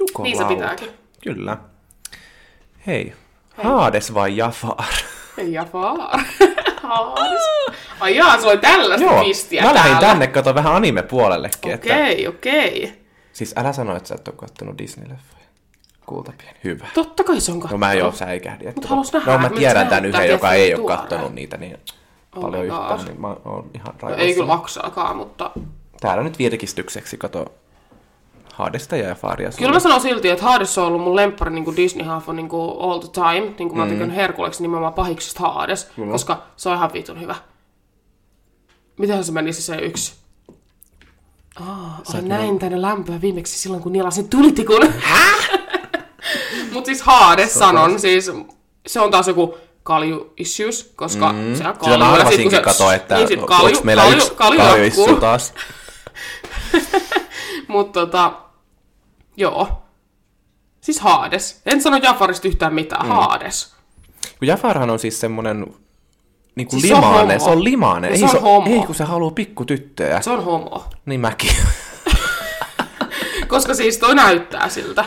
Juko Niin se lauta. pitääkin. Kyllä. Hei. Haades vai Jafar? Ja vaan. Haas. Ai jaa, sulla oli tällaista Joo. pistiä Mä lähdin täällä. tänne, kato vähän anime-puolellekin. Että, Okei, okei. siis älä sano, että sä et ole kattonut Disney-leffoja. Kultapieni. Hyvä. Totta kai se on kattu. No mä jo säikähdin. Että Mut halus nähdä, no että mä miltä tiedän se tän näyttää, yhden, joka tiedät, ei se ole tuore. kattonut niitä niin paljon Oh my yhtään, God. niin mä oon ihan No, raivossa. ei kyllä maksaakaan, mutta Täällä nyt virkistykseksi, kato. Haadesta ja Faria. Kyllä mä sanon silti, että Hades on ollut mun lemppari niin disney hahmo niin all the time. Niin kuin Mm. mä tykän Herkuleksi nimenomaan pahiksesta Hades, koska se on ihan vitun hyvä. Mitenhän se menisi se yksi? Oh, olen näin tänne lämpöä viimeksi silloin, kun nielasin tulitikun. Mut siis Hades sanon, siis se on taas joku kalju issues, koska mm. se on kalju. Sitä mä ja sit kun arvasinkin se- kato, että niin sit o- kalju, oliko meillä kalju, yksi kalju, kalju jatkuu. issu taas. Mutta tota, joo. Siis Haades. En sano Jafarista yhtään mitään. Mm. Haades. Kun Jafarhan on siis semmonen niin kuin Siis se on limaane, homo. se on limaane. Ja Ei, se on se- homo. ei kun se haluu pikkutyttöjä. Se on homo. Niin mäkin. Koska siis toi näyttää siltä.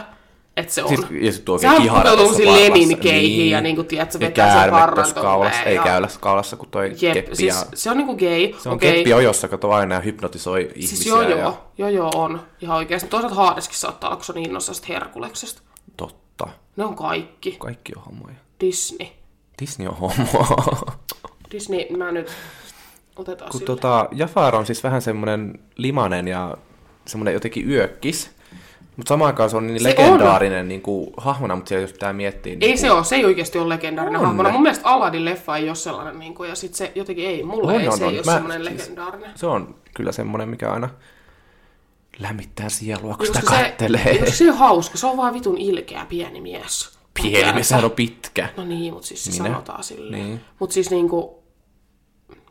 että se on. Siis, ja sitten tuo Sehän kihara Niin. pukeutuu tuossa semmoisiin parvassa. leminkeihin ja niinku, tiedät, sä vetää sen käärme parran tuossa tolleen kaulassa, ei ja- käylässä kaulassa, kun toi Jep, keppi. siis ja, se on niinku gay. se on okei. keppi ojossa, kato aina ja hypnotisoi ihmisiä. Siis joo, ja- joo, joo, joo, on. Ihan oikeasti. Toisaalta haadeskin saattaa olla, kun se on innossa sit herkuleksesta. Totta. Ne on kaikki. Kaikki on homoja. Disney. Disney on homo. Disney, mä nyt otetaan Kun sille. tota, Jafar on siis vähän semmoinen limanen ja semmoinen jotenkin yökkis. Mutta samaan aikaan se on niin Se legendaarinen niin kuin, hahmona, mutta siellä jos pitää miettiä... Niin Ei se ole, se ei oikeasti ole legendaarinen On. hahmo. Mun mielestä Aladdin leffa ei ole sellainen, niin kuin, ja sitten se jotenkin ei, mulle On, ei on, se on. ei ole Mä- sellainen siis- legendaarinen. Se on kyllä semmoinen, mikä aina lämmittää sielua, kun sitä Koska se, kattelee. koska se on hauska, se on vaan vitun ilkeä pieni mies. Pieni, sehän on pitkä. No niin, mutta siis se Minä? sanotaan silleen. Niin. Mutta siis niinku,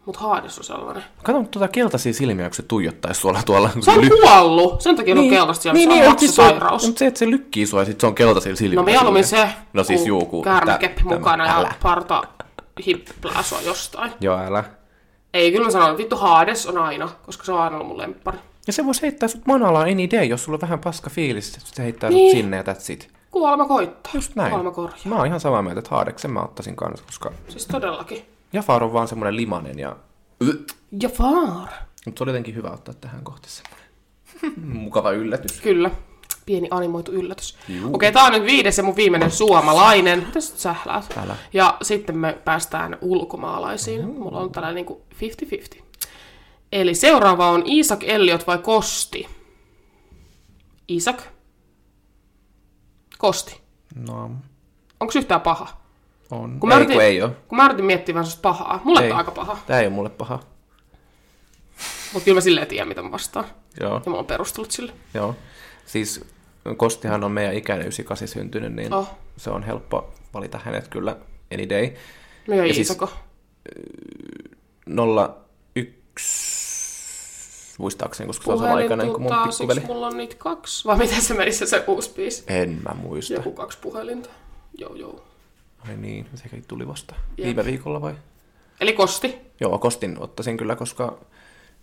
mut Haades on sellainen. Kato tuota keltaisia silmiä, kun se tuijottaisi sulla tuolla. kun Se on lykkii. kuollut, sen takia niin. on keltaista siellä, niin, se on mutta siis se on- maksasairaus. Mutta se, että se lykkii sua ja sit se on keltaisilla silmillä. No mieluummin se, silleen. No siis kun juu, kun... käärmekeppi tä- tämä- mukana ja älä. parta hipplää sua jostain. Joo, älä. Ei, kyllä mä sanon, että vittu Haades on aina, koska se on aina ollut mun lemppari. Ja se voisi heittää sut manalaan any day, jos sulla on vähän paska fiilis, että se heittää Niin. sut sinne ja that's it. Kuolema koittaa. Just näin. Kuolema korjaa. Mä oon ihan samaa mieltä, että haadeksen mä ottaisin kanssa, koska Siis todellakin. Jafar on vaan semmonen limanen ja... Ja vaar. Mutta se oli jotenkin hyvä ottaa tähän kohti semmoinen mukava yllätys. Kyllä. Pieni animoitu yllätys. Juu. Okei, tää on nyt viides ja mun viimeinen suomalainen. Mitä sä sähläät? Älä. Ja sitten me päästään ulkomaalaisiin. Mulla on tällainen niinku 50-50. Eli seuraava on Isaac Elliot vai Kosti? Isaac. Kosti. No, Onko yhtään paha? on. Kun mä ei, yritin- kun ei oo. Kun mä yritin miettiä vähän sellaista pahaa. Mulle Ei. tää on aika paha. Tää ei oo mulle paha. Mutta kyllä mä silleen tiedän, mitä mä vastaan. Joo, Ja mä oon perustellut sille. joo. Siis Kostihan on meidän ikäinen 98 syntynyt, niin Oh. se on helppo valita hänet kyllä any day. No ja, Ja ja siis- Iisako. 01 muistaakseni, koska se on sama aikainen niin kuin mun pikkuveli. siksi mulla on niitä kaksi. Vai miten se meni se, se uusi biisi? En mä muista. Joku kaksi puhelinta. Joo, joo. Ai niin, sekin tuli vasta. Jep. Viime viikolla vai? Eli Kosti. Joo, Kostin ottaisin kyllä, koska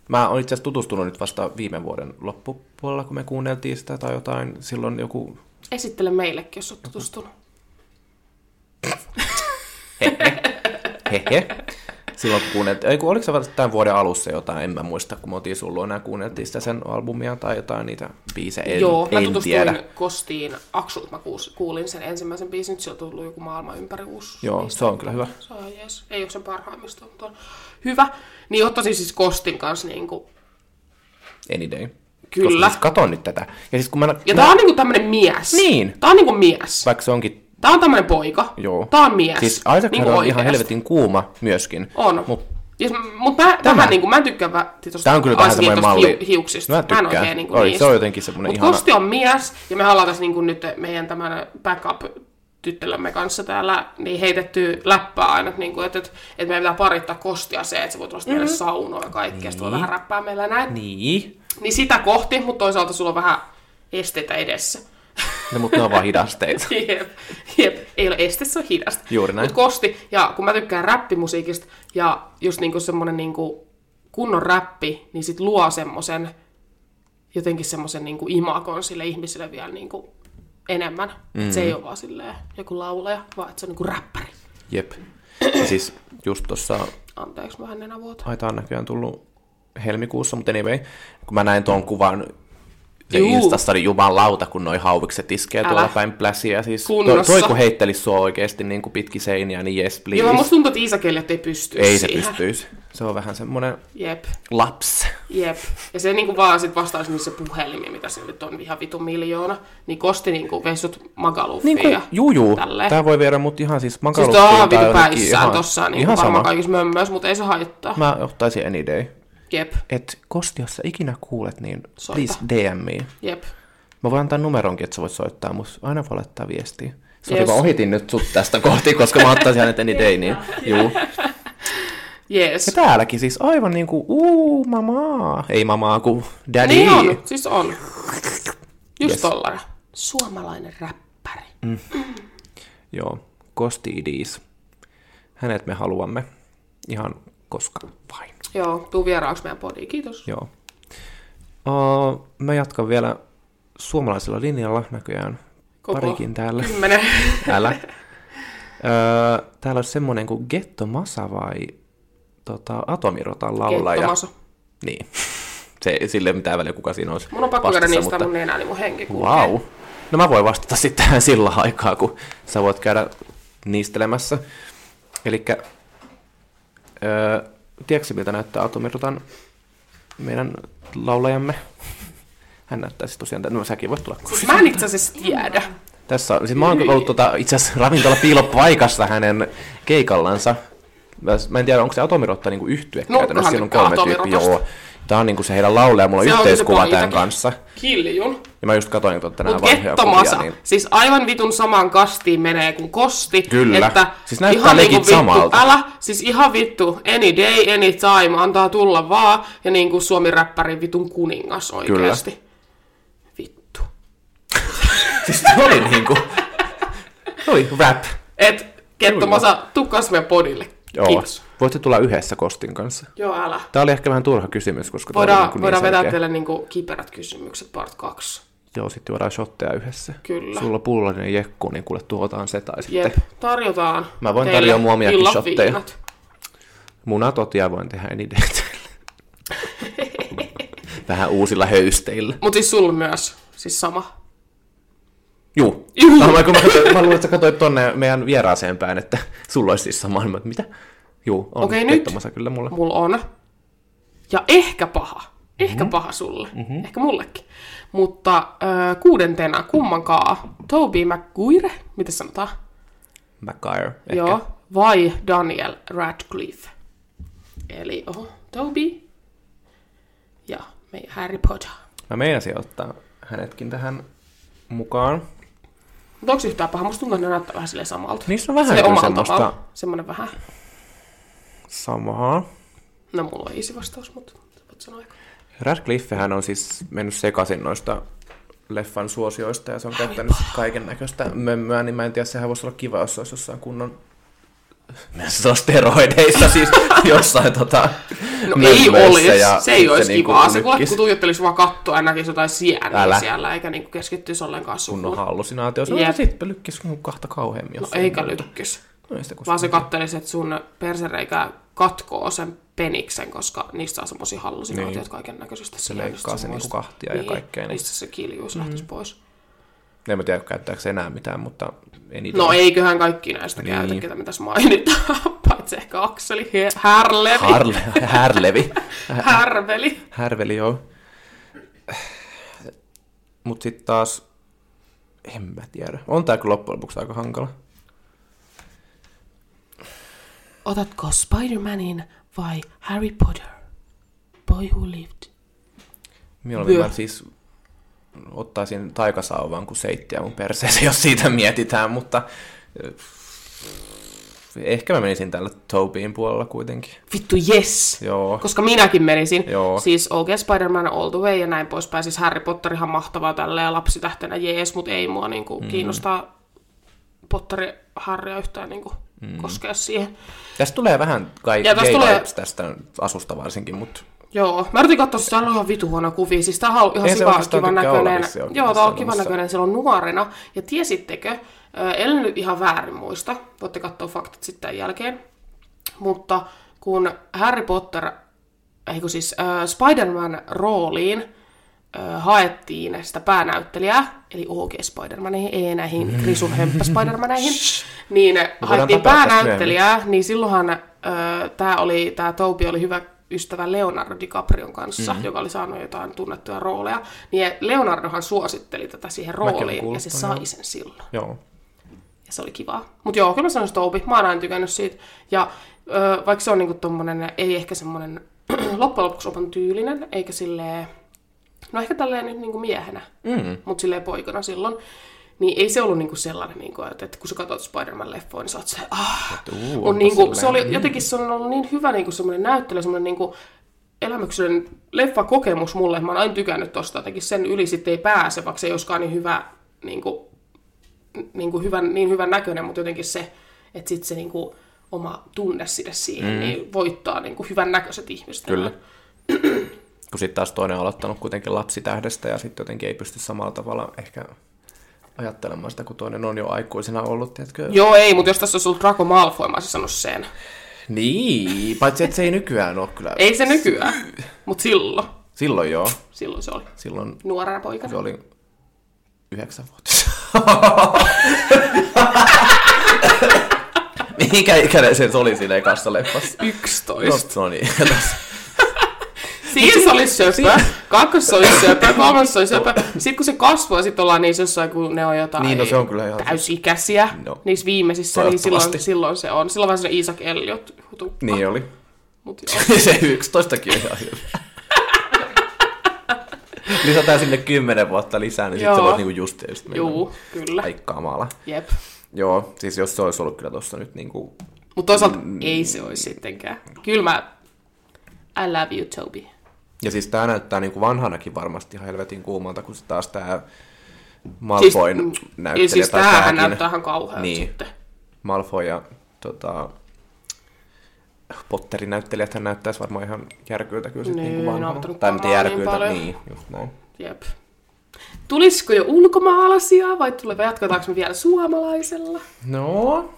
mä oon itse asiassa tutustunut nyt vasta viime vuoden loppupuolella, kun me kuunneltiin sitä tai jotain. Silloin joku... Esittele meillekin, jos oot tutustunut. Hehe. Silloin kun kuunneltiin... Ei, kun oliko se vasta tämän vuoden alussa jotain, en mä muista, kun me oltiin silloin enää kuunneltiin sitä sen albumia tai jotain niitä biisejä. En, joo, mä en tutustuin tiedä. Kostiin Aksulta. Mä kuus- kuulin sen ensimmäisen biisin. Nyt se on tullut joku maailma ympäri uusi. Joo, biisi. se on kyllä hyvä. Se on jees. Ei ole sen parhaimmista, mutta on hyvä. Niin ottaisin siis Kostin kanssa niinku... Any day. Kyllä. Koska siis katon nyt tätä. Ja siis kun mä... Ja mä tää on niinku tämmönen mies. Niin. Tää on niinku mies. Vaikka se onkin... Tää on tämmönen poika. Joo. Tää on mies. Siis Isaac Niinku on ihan oikeesti. helvetin kuuma myöskin. On. Mut Ja, mutta mä, Tämä. vähän niin kuin, mä en tykkää vä- tosta Tämä on kyllä vähän Asikin semmoinen tosta malli. hiu- hiuksista. Mä tykkään. oikein niinku Oi, se niistä. on jotenkin semmoinen Mut ihana- Kosti on mies, ja me ollaan tässä niinku nyt meidän tämän backup tyttölömme kanssa täällä niin heitetty läppää aina, että, niinku, että, että, että meidän pitää parittaa kostia se, että se voi tulla sitten meille saunoon ja kaikkea, niin. sitten voi vähän räppää meillä ja näin. Niin. Niin. niin sitä kohti, mutta toisaalta sulla on vähän esteitä edessä. No, mutta ne on vaan hidasteita. Jep, jep. Ei ole este, se on hidasta. Juuri näin. Mut kosti, ja kun mä tykkään räppimusiikista, ja just niinku semmonen niinku kunnon räppi, niin sit luo semmosen jotenkin semmosen niinku imakon sille ihmiselle vielä niinku enemmän. Mm. Se ei Mm-hmm. ole vaan silleen joku lauleja, vaan että se on niinku räppäri. Jep. Ja siis just tuossa Anteeksi, mä en vuotta. aita on näköjään tullut helmikuussa, mutta anyway, kun mä näin tuon kuvan se Juu. Instassa, niin jumalauta, kun noi hauvikset iskee Älä. tuolla päin pläsiä. Siis toi, Kunnossa. toi, kun heittelisi sua oikeasti niin kuin pitki seiniä, niin yes, please. Joo, musta tuntuu, että Iisakeli, ei pysty Ei se siihen. pystyisi. Se on vähän semmoinen Jep. laps. Jep. Ja se niinku vaan sit vastaisi niissä puhelimiin, mitä se nyt on ihan vitun miljoona. Niin kosti niinku vesut magaluffia. Niin kuin, juu, juu. Tälleen. Tää voi viedä mut ihan siis Niinku Siis makaluppiin. tää on tai vitu jonnekin päissään tossa, niin ihan varmaan sama. kaikissa mömmöissä, mutta ei se haittaa. Mä ottaisin any day. Jep, Et Kosti, jos sä ikinä kuulet, niin Soita. please DM me. jep. Mä voin antaa numeronkin, että sä voit soittaa, mutta aina voi laittaa viestiä. Sori, Yes. yes. mä ohitin nyt sut tästä kohti, koska mä ottaisin hänet any day, niin juu. Ja Jees. täälläkin siis aivan niinku, uu, mamaa. Ei mamaa, kun daddy. Niin on, siis on. Just yes. Yes. tollanen. Suomalainen räppäri. Joo, Kosti idis. Hänet me haluamme ihan koska vain. Joo, tuu vieraaksi meidän podiin, kiitos. Joo. Uh, mä jatkan vielä suomalaisella linjalla näköjään. Koko parikin täällä. Kymmenen. Älä. Öö, täällä olisi semmoinen kuin Getto Masa vai tota, Atomirotan laulaja. Kettomasa. Niin. Se, sille ei ole mitään väliä, kuka siinä olisi Mun on pakko käydä vastassa, niistä mutta... mun nenää, niin mun henki kulkee. Wow. No mä voin vastata sitten tähän sillä aikaa, kun sä voit käydä niistelemässä. Eli öö, tiedätkö sä, miltä näyttää Atomirutan meidän laulajamme? Hän näyttää siis tosiaan, no säkin voit tulla. Siis mä en itse asiassa tiedä. Tässä on, siis mä oon ollut tota, itse asiassa ravintola piilopaikassa hänen keikallansa. Mä, mä en tiedä, onko se Atomirotta niinku yhtye No, käytännössä, onkohan siellä on tykkää kolme tyyppiä. Atomirotasta. Joo. Tää on niinku se heidän laulaja, mulla on Se on se yhteiskuva tämän poikakin. kanssa. Kiljun. Ja mä just katsoin tuota tänään Mut vanhoja kuvia, Gettomasa, niin siis aivan vitun samaan kastiin menee kuin kosti. Kyllä. Että Siis näyttää ihan legit niinku vittu, samalta. Älä, siis ihan vittu, any day, any time, antaa tulla vaan. Ja niin kuin suomi-räppärin vitun kuningas oikeasti. Vittu. Siis se oli niinku... se oli rap. Et Kettomasa, tuu kasveen podille. Joo. Kiitos. Voitte tulla yhdessä Kostin kanssa. Joo, älä. Tää oli ehkä vähän turha kysymys, koska tää oli Voidaan, niinku niin voidaan vetää selkeä. teille niinku kiperät kysymykset part 2. Joo, sit juodaan shotteja yhdessä. Kyllä. Sulla on pullollinen jekku, niin kuule tuotaan se tai sitten Jep, tarjotaan Mä voin teille tarjoa mua omiakin illan shotteja. viinat. munatotia voin tehdä eniten. vähän uusilla höysteillä. Mut siis sul myös, siis sama. Juu. Juu. No, mä, kun mä, mä luulen, että sä katsoit tonne meidän vieraaseen päin, että sulla olisi siis sama. Mä, mitä? Juu, on Okei, nyt. Kettomassa kyllä mulla. Mulla on. Ja ehkä paha. Mhm. Ehkä mm-hmm. paha sulle. Mm-hmm. Ehkä mullekin. Mutta ö, kuudentena kummankaa Toby McGuire, mitä sanotaan? McGuire, ehkä. Joo. Vai Daniel Radcliffe. Eli oho, Toby ja meidän Harry Potter. Mä meinasin ottaa hänetkin tähän mukaan. Mutta onko yhtään paha? Musta tuntuu, että ne näyttää vähän sille samalta. Niissä on Niin, vähän Sille kyllä omalla semmoista- tavalla. Semmoinen vähän. Samaa. No mulla on easy vastaus, mutta sä voit sanoa eka. Radcliffehän on siis mennyt sekaisin noista leffan suosioista ja se on käyttänyt kaiken näköistä mömmöä, niin mä en tiedä, sehän voisi olla kiva, jos se olisi jossain kunnon se on steroideissa siis jossain tota No ei mömmöissä olisi, ja se ei sitten olisi niinku kivaa. Se kuule, nykkis. kun tuijottelisi vaan kattoa ja näkisi jotain sieniä Älä. siellä, eikä niinku keskittyisi ollenkaan kunnon suhun. hallusinaatio. Se Jep. on sitten lykkis mun kahta kauheammin. No eikä lykkis. Noista, kun Vaan se kattelisi, että sun persereikä katkoo sen peniksen, koska niistä saa semmoisia hallusinaatioita niin. Niin. kaiken näköisistä leikkaa sen niinku kahtia ja kaikkea, niin- Niistä se kiljuus mm. lähtisi pois. en mä tiedä, käyttääkö se enää mitään, mutta en itse. No eiköhän kaikki näistä niin. Niin. käytä, ketä me tässä mainitaan, paitsi ehkä Akseli, He- Härlevi, Har- Harle, härlevi. Härveli. Härveli, joo. Mut sit taas, en mä tiedä. On tää kyllä loppujen lopuksi aika hankala. Otatko Spider-Manin vai Harry Potter? Boy Who Lived. Mieluummin Vyö. mä siis ottaisin taikasauvan kuin seittiä mun perseeseen, jos siitä mietitään, mutta ö, ehkä mä menisin tällä Tobin puolella kuitenkin. Vittu yes! Joo. Koska minäkin menisin. Joo. Siis OG Spider-Man All the Way ja näin poispäin. Siis Harry Potter ihan mahtavaa tälleen lapsitähtenä jees, mutta ei mua niinku mm. kiinnostaa Potteri Harrya yhtään niinku mm. koskea siihen. Tästä tulee vähän kai Ja tästä gay tulee- vibes tästä asusta varsinkin, mutta Joo, mä yritin katsoa, sitä on ihan vitu huono kuvia. Siis tää on ihan Ei se sika, oikeastaan kivan tykkää olla näköinen. vissiin oikein Joo, tää on kivan sanomassa. näköinen silloin nuorena. Ja tiesittekö, ö, ellen nyt ihan väärin muista, voitte katsoa faktat sitten tämän jälkeen, mutta kun Harry Potter, ei kun siis äh, Spider-Man rooliin äh, haettiin sitä päänäyttelijää, eli OG Spider-Maneihin, ei näihin Krisun hemppä Spider-Maneihin, niin haettiin tapaa tästä päänäyttelijää, niin silloinhan äh, tämä oli, tää Toby oli hyvä ystävä Leonardo DiCaprion kanssa, Mhm. mm-hmm. joka oli saanut jotain tunnettuja rooleja, niin Leonardohan suositteli tätä siihen olen rooliin, ja kuullut se ton, sai joo. sen silloin joo. ja se oli kivaa. Mutta joo, kyllä mä sanoin Tobi, mä oon aina tykännyt siitä. Ja ö, vaikka se on niinku tommonen, ei ehkä semmonen loppujen lopuksi oman tyylinen, eikä silleen, no ehkä tälleen nyt niinku miehenä, mm. mutta silleen poikana silloin, niin ei se ollut niinku sellainen, niinku, että, että kun sä katsot Spider-Man-leffoa, niin sä oot se, ah, uu, on onpa niinku, se silleen, oli, jotenkin se on ollut niin hyvä niinku semmoinen näyttely, semmoinen niinku, elämyksellinen leffakokemus mulle. Mä oon aina tykännyt tosta jotenkin sen yli sitten ei pääse, vaikka se ei olisikaan niin hyvä niinku, niin, kuin hyvän, niin hyvän näköinen, mutta jotenkin se, että sitten se niin kuin oma tunneside siihen mm. niin voittaa niin kuin hyvän näköiset ihmiset. Kyllä. Kun sitten taas toinen on aloittanut kuitenkin lapsitähdestä ja sitten jotenkin ei pysty samalla tavalla ehkä ajattelemaan sitä, kun toinen on jo aikuisena ollut, tiedätkö? Joo, ei, mutta jos tässä olisi ollut Draco Malfoy, mä olisin sanonut sen. Niin, paitsi että se ei nykyään ole kyllä. Ei se nykyään, mutta silloin. Silloin joo. Silloin se oli. Silloin Nuorena poikana. se oli yhdeksänvuotias. Mikä ikäinen se oli siinä ekassa leffassa? 11. No, no niin. Siis oli söpö, kakkosessa oli söpö, kolmannessa oli söpö. Sitten kun se kasvoi, sitten ollaan niissä jossain, kun ne on jotain Niin, no se on kyllä ihan- täysikäisiä. No. Niissä viimeisissä, niin silloin, Toivottavasti. silloin se on. Silloin vähän se Isaac Elliot hutukka. niin oli. Mut joo. se 11 on ihan hyvä. Lisätään sinne 10 vuotta lisää, niin sitten Joo. se olisi niinku just ja just mennä. Juu, kyllä. Ai kamala. Jep. Joo, siis jos se olisi ollut kyllä tuossa nyt niinku... Mutta toisaalta ei se olisi sittenkään. Kyllä mä... I love you, Toby. Ja siis tää näyttää niinku vanhanakin varmasti ihan helvetin kuumalta, kun se taas tää Malfoyn siis, näyttelijä ja siis tai tämähän tääkin. näyttää ihan kauhealta niin. Niin. sitten. Malfoy ja tota, Potterin näyttelijät hän näyttäisi varmaan ihan järkyiltä kyllä sitten Niin, niin, ne niinku on vanhana. ottanut Tai miten kamaa niin järkyiltä, paljon. niin, niin just näin. Jep. Tulisiko jo ulkomaalaisia vai tule, jatketaanko me vielä suomalaisella? No,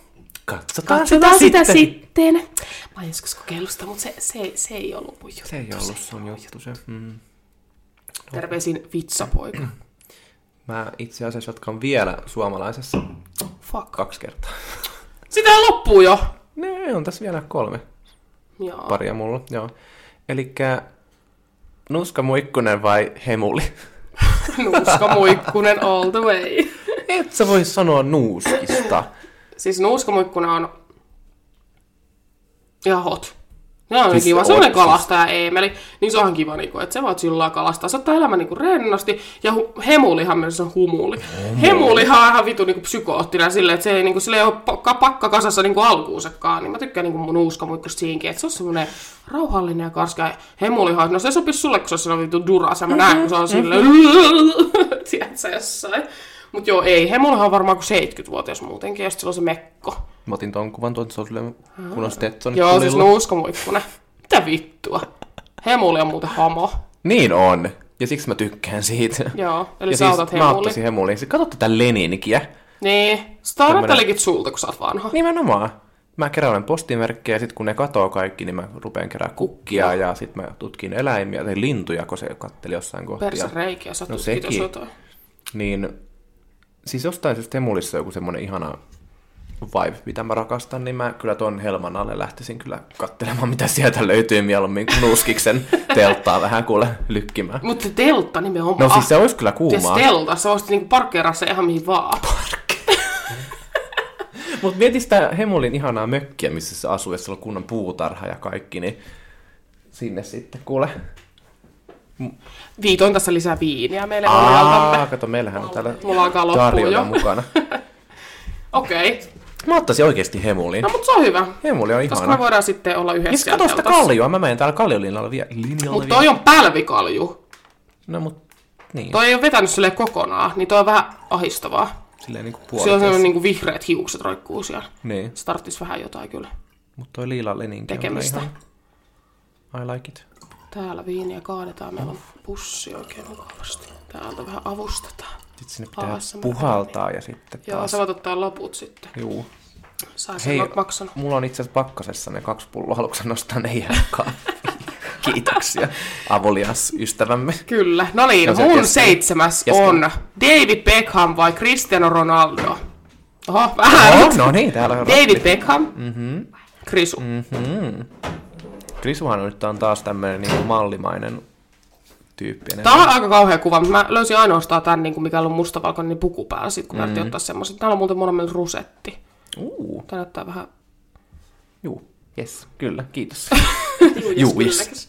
katsotaan, Katsotaan sitä, sitten. sitten. Mä oon joskus kokeillut sitä, mutta se, se, se ei ollut mun juttu. Se ei ollut sun juttu se. Mm. Terveisin vitsapoika. Mä itse asiassa jatkan vielä suomalaisessa Fuck. kaksi kertaa. Sitä loppuu jo. Ne on tässä vielä kolme Joo. paria mulla, joo. Elikkä Nuska Muikkunen vai Hemuli? Nuuska muikkunen all the way. Et sä voi sanoa nuuskista. Siis nuuska muikkunen on ihan hot. Ne on siis Siis kiva. oot Se on siis- kalastaja Eemeli. Niin se on kiva, niinku, että se voit sillä lailla kalastaa. Se ottaa elämän niinku rennosti. Ja hu- hemulihan myös on humuli. Hemulihan on ihan vitu niinku, psykoottina silleen, että se ei, niinku, sille ei ole pakka, pakka kasassa niinku, alkuunsakaan. Niin mä tykkään niinku, mun uuskamuikkosta siinkin, että se on semmoinen rauhallinen ja karska. Ja hemulihan, no se sopisi sulle, kun se on sellainen vitu duras. Ja mä näen, kun se on silleen, tiedätkö jossain. Mut joo, ei. Hemulihan on varmaan kuin 70-vuotias muutenkin, ja sit sillä on se mekko. Mä otin ton kuvan tuon sulle, kun on Stetsonit Joo, siis tulilla. nuuskamuikkunen. Mitä vittua? Hemuli on muuten hamo. Niin on. Ja siksi mä tykkään siitä. Joo, eli ja siis sä otat mä hemuli. ottaisin hemuliin. Siis Kato tätä Leninkiä. Niin, sitä on Tämmönen- tämmönen... sulta, kun sä oot vanha. Nimenomaan. Mä keräilen postimerkkejä ja sitten kun ne katoo kaikki, niin mä rupean kerää kukkia ja sitten mä tutkin eläimiä tai lintuja, kun se katteli jossain kohtaa. Persen reikiä, sä No no, tutkit sekin. jotain. Niin siis jostain syystä hemulissa on joku semmonen ihana vibe, mitä mä rakastan, niin mä kyllä ton helman alle lähtisin kyllä kattelemaan, mitä sieltä löytyy mieluummin kuin nuuskiksen telttaa vähän kuule lykkimään. Mutta se teltta nimenomaan. No siis se olisi kyllä kuumaa. Tes telta, sä voisit niinku parkkeeraa se ihan mihin vaan. Mutta mieti sitä Hemulin ihanaa mökkiä, missä se asuu, ja siellä on kunnon puutarha ja kaikki, niin sinne sitten kuule. Viitoin tässä lisää viiniä meille Oljaltamme. kato, meillähän on täällä Mulla alkaa loppua jo. tarjolla mukana. Okei. Okay. Mä ottaisin oikeasti Hemulin. No mut se on hyvä. Hemuli on Koska me ihana. voidaan sitten olla yhdessä Siis kato sitä kaljoa, mä menen täällä kaljolinjalla vielä. Mutta toi on pälvikalju. No mut, niin, Toi ei ole vetänyt sille kokonaan, niin toi on vähän ahistavaa. silleen niinku Se on puolikas. sellainen niin vihreät hiukset roikkuu siellä. Niin, Starttis vähän jotain kyllä mut toi liila leninki on kyllä tekemistä. ihan- I like it. Täällä viiniä kaadetaan, meillä on pussi oikein mukavasti. Täältä vähän avustetaan. Sitten sinne pitää ASMR. puhaltaa ja sitten Joo, taas. sä voit ottaa loput sitten. Juu. Saa sen Hei, maksanut. mulla on itse asiassa pakkasessa ne kaksi pulloa. Haluatko sä nostaa ne jääkaan? Kiitoksia, avolias ystävämme. Kyllä. No niin, Ja se mun kesken- seitsemäs kesken- on David Beckham vai Cristiano Ronaldo? Oho, vähän. Oh, no Mm-hmm. niin, täällä on David Beckham. Mm-hmm. Krisu. Mm. Krisuhan nyt on taas tämmöinen niin mallimainen tyyppi. enemmän. Tää on aika kauhea kuva, mutta mä löysin ainoastaan tämän, niin kuin mikä on ollut mustavalkoinen niin puku päällä, sit kun mm. Mm-hmm. päätin ottaa semmoisen. Täällä on muuten molemmilla rusetti. Uu, Tää näyttää vähän juu, yes, kyllä, kiitos. Juu, Juu, yes.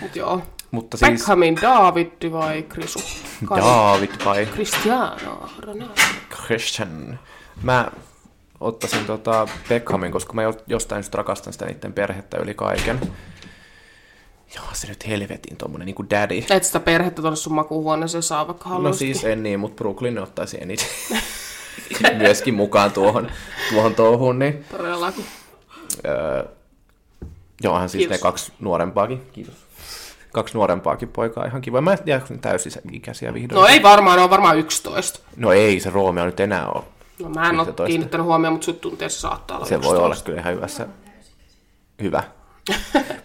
Mut joo. Mutta siis Beckhamin David vai Krisu? Kai David vai Cristiano Ronaldo. Christian? Mä ottaisin tota Beckhamin, koska mä jo- jostain syystä rakastan sitä niiden perhettä yli kaiken. Joo, se nyt helvetin tommonen niinku daddy. Et sitä perhettä tuonne sun makuuhuoneeseen saa vaikka No haluaisikin. siis en niin, mutta Brooklyn ottaisi eniten myöskin mukaan tuohon, tuohon touhuun. Niin, Todellakin. öö, johan siis Kiitos. Kiitos. ne kaksi siis nuorempaakin. Kiitos. kaksi nuorempaakin poikaa ihan kiva. Mä en tiedä, onko ne täysikäisiä vihdoin. No ei varmaan, ne on varmaan 11. no ei se Roomea nyt enää ole. No mä en ole 11. kiinnittänyt huomioon, mutta sut tunteessa saattaa olla Se 11. voi olla kyllä ihan hyvässä. Hyvä.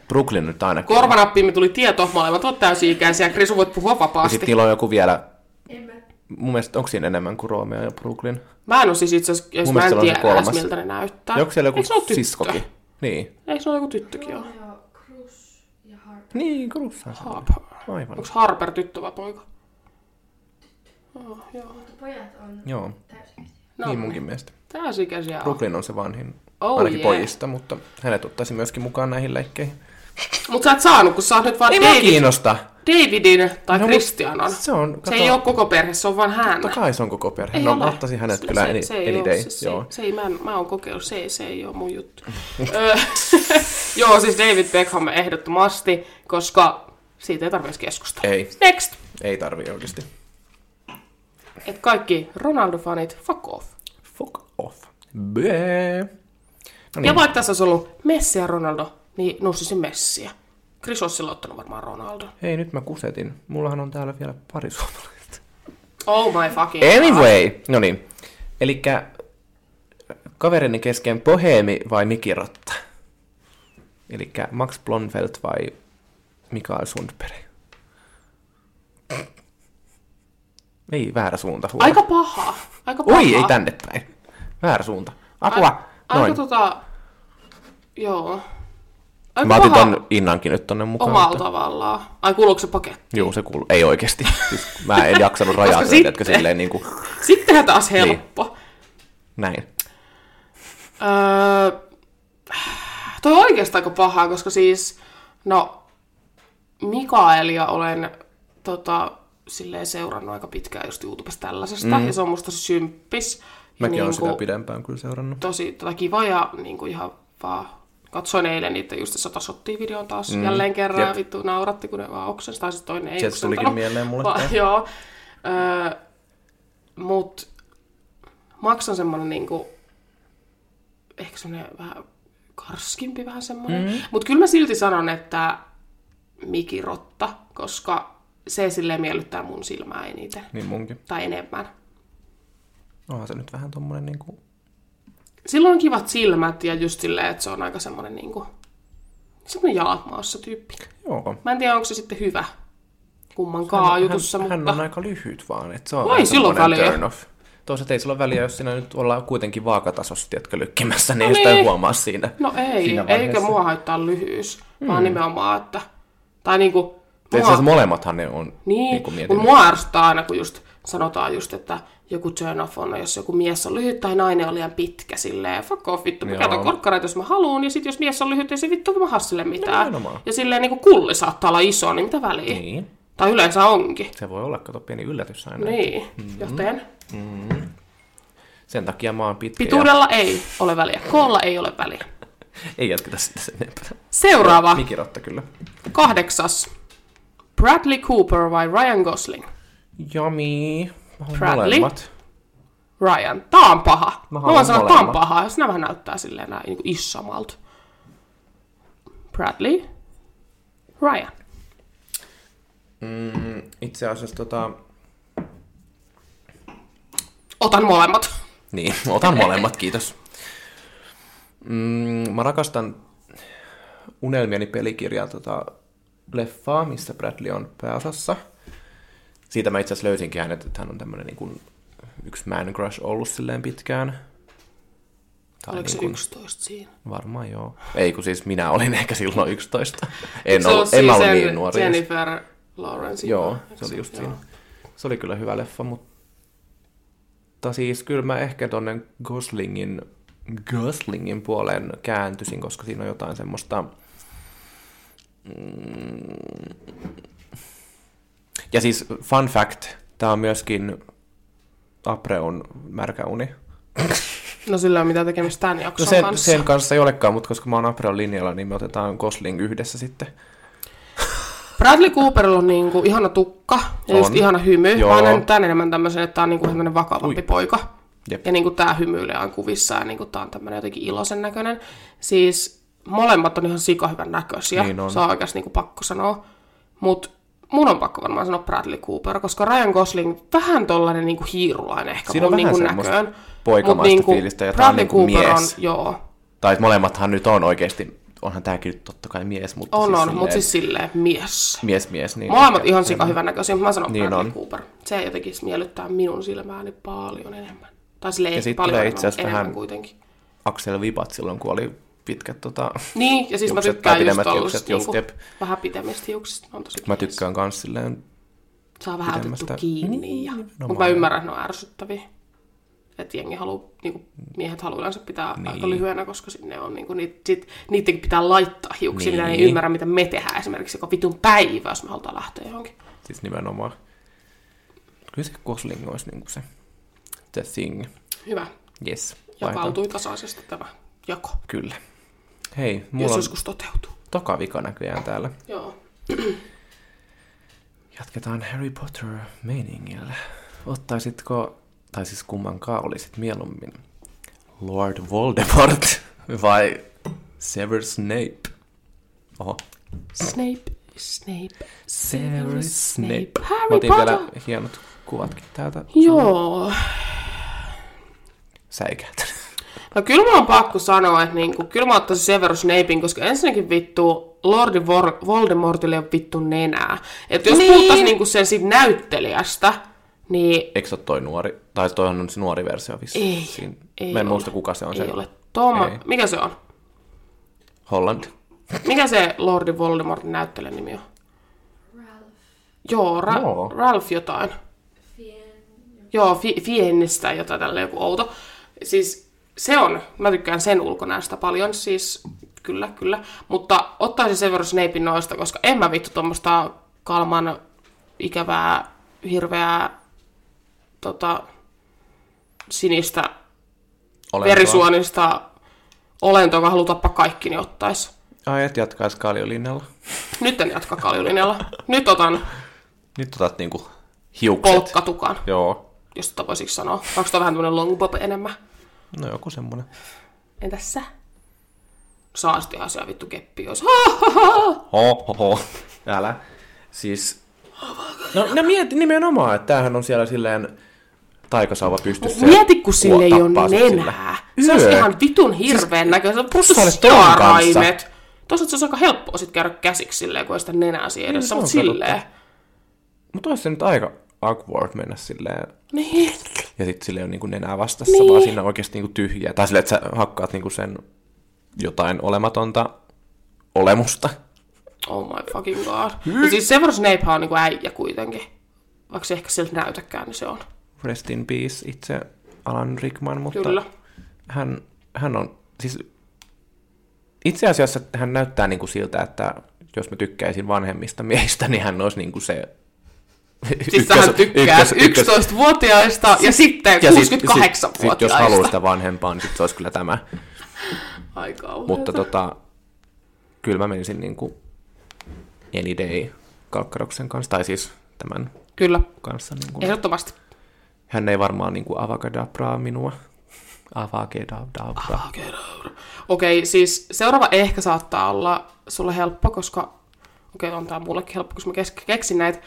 Brooklyn nyt ainakin. Korvanappiimme tuli tieto, molemmat ovat täysi-ikäisiä. Krisu, voit puhua vapaasti. Sitten niillä on joku vielä, En mä... mun mielestä onko siinä enemmän kuin Roomea ja Brooklyn? Mä en ole siis itse asiassa, Mun mä en mielestä se on se tiedä edes, kolmas. miltä ne näyttää. Ja onko siellä joku Ah, Eikö se ole tyttö? siskokin? Niin. Eikö se ole joku tyttökin ole? Joo, Cruz ja Harper. Niin, Kurussa. Harper. Aivan. Onko Harper tyttö vai poika? Oh, joo. Mutta pojat on Joo, täysin. No, niin munkin mielestä. Täysikäisiä on. Brooklyn on se vanhin, Oh, ainakin yeah. pojista, mutta hänet ottaisi myöskin mukaan näihin leikkeihin. Mut sä et saanut, kun sä oot nyt vaan Ei mua David, kiinnosta. Davidin tai No, no, mut Christianan. se on- se ei kato- ole koko perhe, se on vaan hän. Totta kai se on koko perhe. Ei no, ole. mä ottaisin hänet Se- kyllä se, any, se ei any ole, day. Se, se, Joo. se ei, mä, en, mä oon kokeillut, se, se ei ole mun juttu. Ö, Joo, siis David Beckham ehdottomasti, koska siitä ei tarvitsisi keskustella. Ei, Next! ei tarvii oikeasti. Et kaikki Ronaldo-fanit, fuck off. Fuck off. Bööö. No Ja niin, vaikka tässä olisi ollut Messi ja Ronaldo, niin nousisin Messiä. Chris olisi silloin ottanut varmaan Ronaldo. hei nyt mä kusetin. Mullahan on täällä vielä pari suomalaista. Oh my fucking Anyway, no niin. Elikkä kaverini kesken Bohemi vai Mikirotta? Elikkä Max Blonfeldt vai Mikael Sundberg? Ei, väärä suunta. Huono. Aika paha. Aika paha. Oi, ei tänne päin. Väärä suunta. Apua! Aika, aika Noin. tota... Joo. Aika Mä otin paha ton innankin nyt tonne mukaan. omalla mutta- tavallaan. Ai kuuluuko se paketti? Juu, se kuuluu. Ei oikeesti. Siis mä en jaksanut rajaa Koska sen, että sitten- silleen niinku Sittenhän taas Niin. helppo. näin. Öö, toi on oikeastaan aika pahaa, koska siis, no, Mikaelia olen tota, silleen seurannut aika pitkään just YouTubesta tällaisesta, mm. ja se on musta symppis. Mäkin ja oon niinku sitä pidempään kyllä seurannut. Tosi tota, kiva ja niinku ihan vaan katsoin eilen niitä just se sotasottiin videon taas mm. jälleen kerran, Jep. ja vittu nauratti, kun ne vaan oksensi, tai sitten toinen ei Sieltä tulikin oksentanut. mieleen mulle Vaan, taas. joo. Öö, mut Max on semmonen niinku, ehkä semmonen vähän karskimpi vähän semmonen. Mm. Mut kyllä mä silti sanon, että mikirotta, koska se silleen miellyttää mun silmää eniten. Niin munkin. Tai enemmän. Onhan se nyt vähän tommonen niinku... Silloin on kivat silmät ja just silleen, että se on aika semmonen niinku, semmonen jalat maassa tyyppi. Joo. Mä en tiedä, onko se sitten hyvä kummankaan hän, jutussa, hän, mutta... hän on aika lyhyt vaan, että se on No vähän ei sillä ole semmonen väliä. turn off. Toisaalta ei sillä ole väliä, jos siinä nyt ollaan kuitenkin vaakatasossa, tiedätkö, lykkimässä, niin No no sitä ei niin. huomaa siinä. No ei, siinä eikä vaiheessa. mua haittaa lyhyys, mm. Hmm. vaan nimenomaan, että... Tai niinku... Itse Mua, asiassa molemmathan ne on niin, niinku kun mietin. mua ärsyttää aina, kun just sanotaan just, että joku turn off on, jos joku mies on lyhyt tai nainen on liian pitkä, silleen fuck off vittu, mä Joo. käytän korkkareita, jos mä haluun, ja sit jos mies on lyhyt, ei se vittu mä hassille mitään. No nimenomaan. ja silleen niinku kulli saattaa olla iso, niin mitä väliä? Niin. Tai yleensä onkin. Se voi olla, kato, pieni yllätys aina. Niin, Mm-hmm. joten Sen takia mä oon pitkä ja pituudella ei ole väliä, koolla ei ole väliä. ei jatketa sitä sen enempää. Seuraava, Mikirotta kyllä. kahdeksas. Bradley Cooper vai Ryan Gosling? Jami. Mä haluan Bradley. molemmat. Ryan, tää on paha. Mä, haluan voin sanoa, että tää on molemmat. paha, jos nämä näyttää silleen näin niin issamalta. Bradley, Ryan. Mm, itse asiassa tota... Otan molemmat. Niin, otan molemmat, kiitos. Mm, mä rakastan unelmieni pelikirjaa tota leffaa, missä Bradley on pääosassa. Siitä mä itse asiassa löysinkin hänet, että hän on tämmönen niin kuin yksi man crush ollut silleen pitkään. Tai Oliko se niin kuin- 11 siinä? Varmaan joo. Ei kun siis minä olin ehkä silloin 11. En, Se on ollut, en mä ollut siis niin sen nuori. edes. Jennifer Lawrence. Joo, se oli just siinä. Se oli kyllä hyvä leffa, mutta siis kyllä mä ehkä tonne Goslingin, Goslingin puoleen kääntyisin, koska siinä on jotain semmoista... Mm. Ja siis fun fact, tää on myöskin Apreon märkä uni. No sillä on mitä tekemistä tämän No jakson sen, kanssa. sen kanssa ei olekaan, mutta koska mä oon Apreon linjalla, niin me otetaan Gosling yhdessä sitten. Bradley Cooperilla on niinku ihana tukka ja on. just On. ihana hymy. Joo. Joo. Mä oon nähnyt tämän enemmän tämmöisen, että tää on niinku tämmönen vakavampi Ui. poika. Jep. Ja niinku tää hymyilee aina kuvissa ja niinku tää on tämmönen jotenkin iloisen näköinen. Siis molemmat on ihan sika hyvän näköisiä. Niin on. Se on oikeasti niinku pakko sanoa. Mutta mun on pakko varmaan sanoa Bradley Cooper, koska Ryan Gosling vähän tollanen niinku hiirulainen ehkä Siinä on mun vähän niinku semmoista näköön. poikamaista Mut fiilistä ja tää on niinku Cooper mies. On, joo, Tai että molemmathan nyt on oikeasti, onhan tämäkin nyt totta kai mies, mutta on, siis on, silleen mutta siis silleen mies. mies mies. Niin Molemmat ehkä ihan sika hyvännäköisiä, mutta mä sanon Niin Bradley on. Cooper. Se jotenkin miellyttää minun silmääni paljon enemmän. Tai silleen Ja ei sit paljon tulee enemmän, itse asiassa enemmän vähän- kuitenkin. Axel Vipat silloin, kun oli pitkät tota... Niin, ja siis mä Hiukset tykkään just tai pidemmät tollaisista hiukset, just niinku, jep. vähän pitemmistä hiuksista. Mä, on tosi Mä kiinni. tykkään kans silleen... Saa vähän otettu pidemmästä- Niin, kiinni. Ja... Mutta mä ymmärrän, että ne on ärsyttäviä. Että jengi haluu, niinku, miehet haluaa yleensä pitää niin. aika lyhyenä, koska sinne on, niinku, niit, sit, niitäkin pitää laittaa hiuksiin, niin. ne ei Niin. ymmärrä, mitä me tehdään esimerkiksi joka vitun päivä, jos me halutaan lähteä johonkin. Siis nimenomaan... Kyllä se Gosling olisi niinku se... The thing. Hyvä. Yes. Laitetaan. Jakautui tasaisesti tämä jako, Kyllä. Hei, Mulla jos mulla on... on joskus toteutuu. toka vika näköjään täällä. Joo. Jatketaan Harry Potter-meiningillä. Ottaisitko, tai siis kummankaan olisit mieluummin, Lord Voldemort vai Severus Snape? Oho. Snape, Snape, Severus Snape. Harry Mä otin Potter. vielä hienot kuvatkin täältä. Joo. Säikäät. No kyllä mä oon pakko sanoa, että niinku, kyllä mä ottaisin Severus Snapein, koska ensinnäkin vittu Lordi Vor- Voldemortille on vittu nenää. Et jos niin. Niin. puhuttaisiin niinku sen siitä näyttelijästä, niin Eikö se ole toi nuori? Tai toihan on se nuori versio vissiin. Ei, Siinä- ei Mä en ole. muista kuka se on ei se. ole. Toma, Ei. mikä se on? Holland. Mikä se Lordi Voldemortin näyttelijän nimi on? Ralph Joo, Ra- Joo. Ralph jotain. Fien. Joo, fi- Fiennistä jotain tällä joku outo. Siis se on, mä tykkään sen ulkonäöstä paljon, siis kyllä, kyllä. Mutta ottaisin sen verran Snapein noista, koska en mä vittu tuommoista kalman ikävää, hirveää, tota, sinistä, Olentoa. verisuonista olentoa, joka haluaa tappaa kaikki, niin ottais. Ai, et jatkaisi kaljolinjalla. Nyt en jatka kaljulinjalla. Nyt otan Nyt otat niinku hiukset. polkkatukan, Joo. jos tota voisiksi sanoa. Onko tää vähän tämmönen long bob enemmän? No joku semmonen. Entäs sä? Saa sitten ihan siellä vittu keppi, jos... Ho, ho, ho. Älä. Siis... No, no mieti nimenomaan, että tämähän on siellä silleen taikasaava Mut pystyssä. mieti, kun sillä ei Tappaa ole sut nenää. sillä. Se olisi Yö. Siis ihan vitun hirveen näköinen. sä Plus olet ton kanssa? siaraimet. Toisaalta se olisi aika helppoa sit käydä käsiksi silleen, kun ei sitä nenää siinä Niin, edessä, se mutta on kyllä silleen. Mutta olisi se nyt aika awkward mennä silleen. Niin. Ja sit sillä ei ole niinku nenää vastassa, niin. vaan siinä on oikeasti niinku tyhjää. Tai silleen, että sä hakkaat niinku sen jotain olematonta olemusta. Oh my fucking god. Ja siis Severus Snapehan on niinku äijä kuitenkin. Vaikka se ehkä siltä näytäkään, niin se on. Rest in peace itse Alan Rickman, mutta Kyllä. hän, hän on, siis itse asiassa hän näyttää niin kuin siltä, että jos mä tykkäisin vanhemmista miehistä, niin hän olisi niin kuin se Siis sähän tykkää 11-vuotiaista ja sitten ja sit- sit- sit, jos haluaa 68-vuotiaista. sitä vanhempaa, niin sit se olisi kyllä tämä. Ai kauheeta. Mutta tota, kyllä mä menisin niin kuin Any Day Kalkkaroksen kanssa, tai siis tämän Kyllä, kanssa. Niin kuin. ehdottomasti. Hän ei varmaan niin kuin avakadabraa minua. Avakadabra. no. Okei, siis seuraava ehkä saattaa olla sulle helppo, koska... Okei, on tää mullekin helppo, koska mä kes- keksin näitä.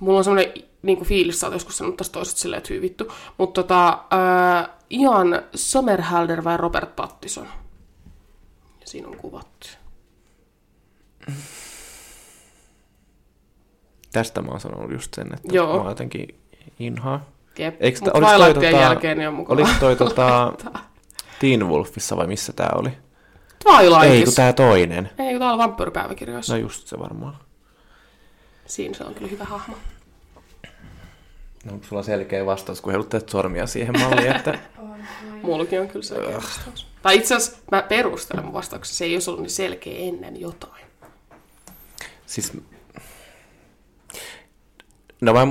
Mulla on semmoinen niinku fiilis, sä oot joskus sanonut taas toiset silleen, että hyvin vittu. Mutta tota, äh, Ian Somerhalder vai Robert Pattison? Ja siinä on kuvat. Tästä mä oon sanonut just sen, että Joo. Joo. mä oon jotenkin inhaa. Jep, Eikö mut tää, oliko toi, Twilightin tota, jälkeen niin on mukava. oliko toi tota, Teen Wolfissa vai missä tää oli? Twilightissa. Ei, kun tää toinen. Ei, kun tää on vampyyripäiväkirjoissa. No just se varmaan. Siinä se on kyllä hyvä hahmo. No, onko sulla selkeä vastaus, kun heilutteet sormia siihen malliin, että On noin. Mullakin on kyllä selkeä vastaus. Tai itse asiassa mä perustelen mun vastauksen, se ei olisi ollut niin selkeä ennen jotain. siis... No mä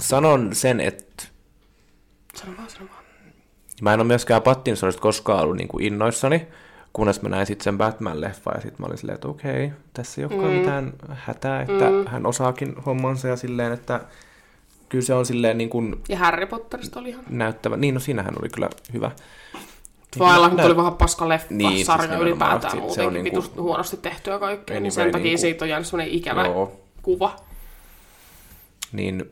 sanon sen, että Sano vaan, sano vaan. Mä en ole myöskään Pattinsonista koskaan ollut niin kuin innoissani, kunnes mä näin sitten sen Batman-leffan ja sitten mä olin silleen, että okei, tässä ei olekaan mm. mitään hätää, että mm. hän osaakin hommansa ja silleen, että kyllä se on silleen niin kuin Ja Harry Potterista oli ihan. näyttävä. Niin, no siinähän oli kyllä hyvä. Niin Twilight Nä- oli vähän paska leffa, Niin, niin, siis sarja nimenomaan, ylipäätään sit se muutenkin on niinku... niinku- huonosti tehtyä kaikkea, niin Anyway, sen takia niinku- siitä on jäänyt semmoinen ikävä Joo. kuva. Niin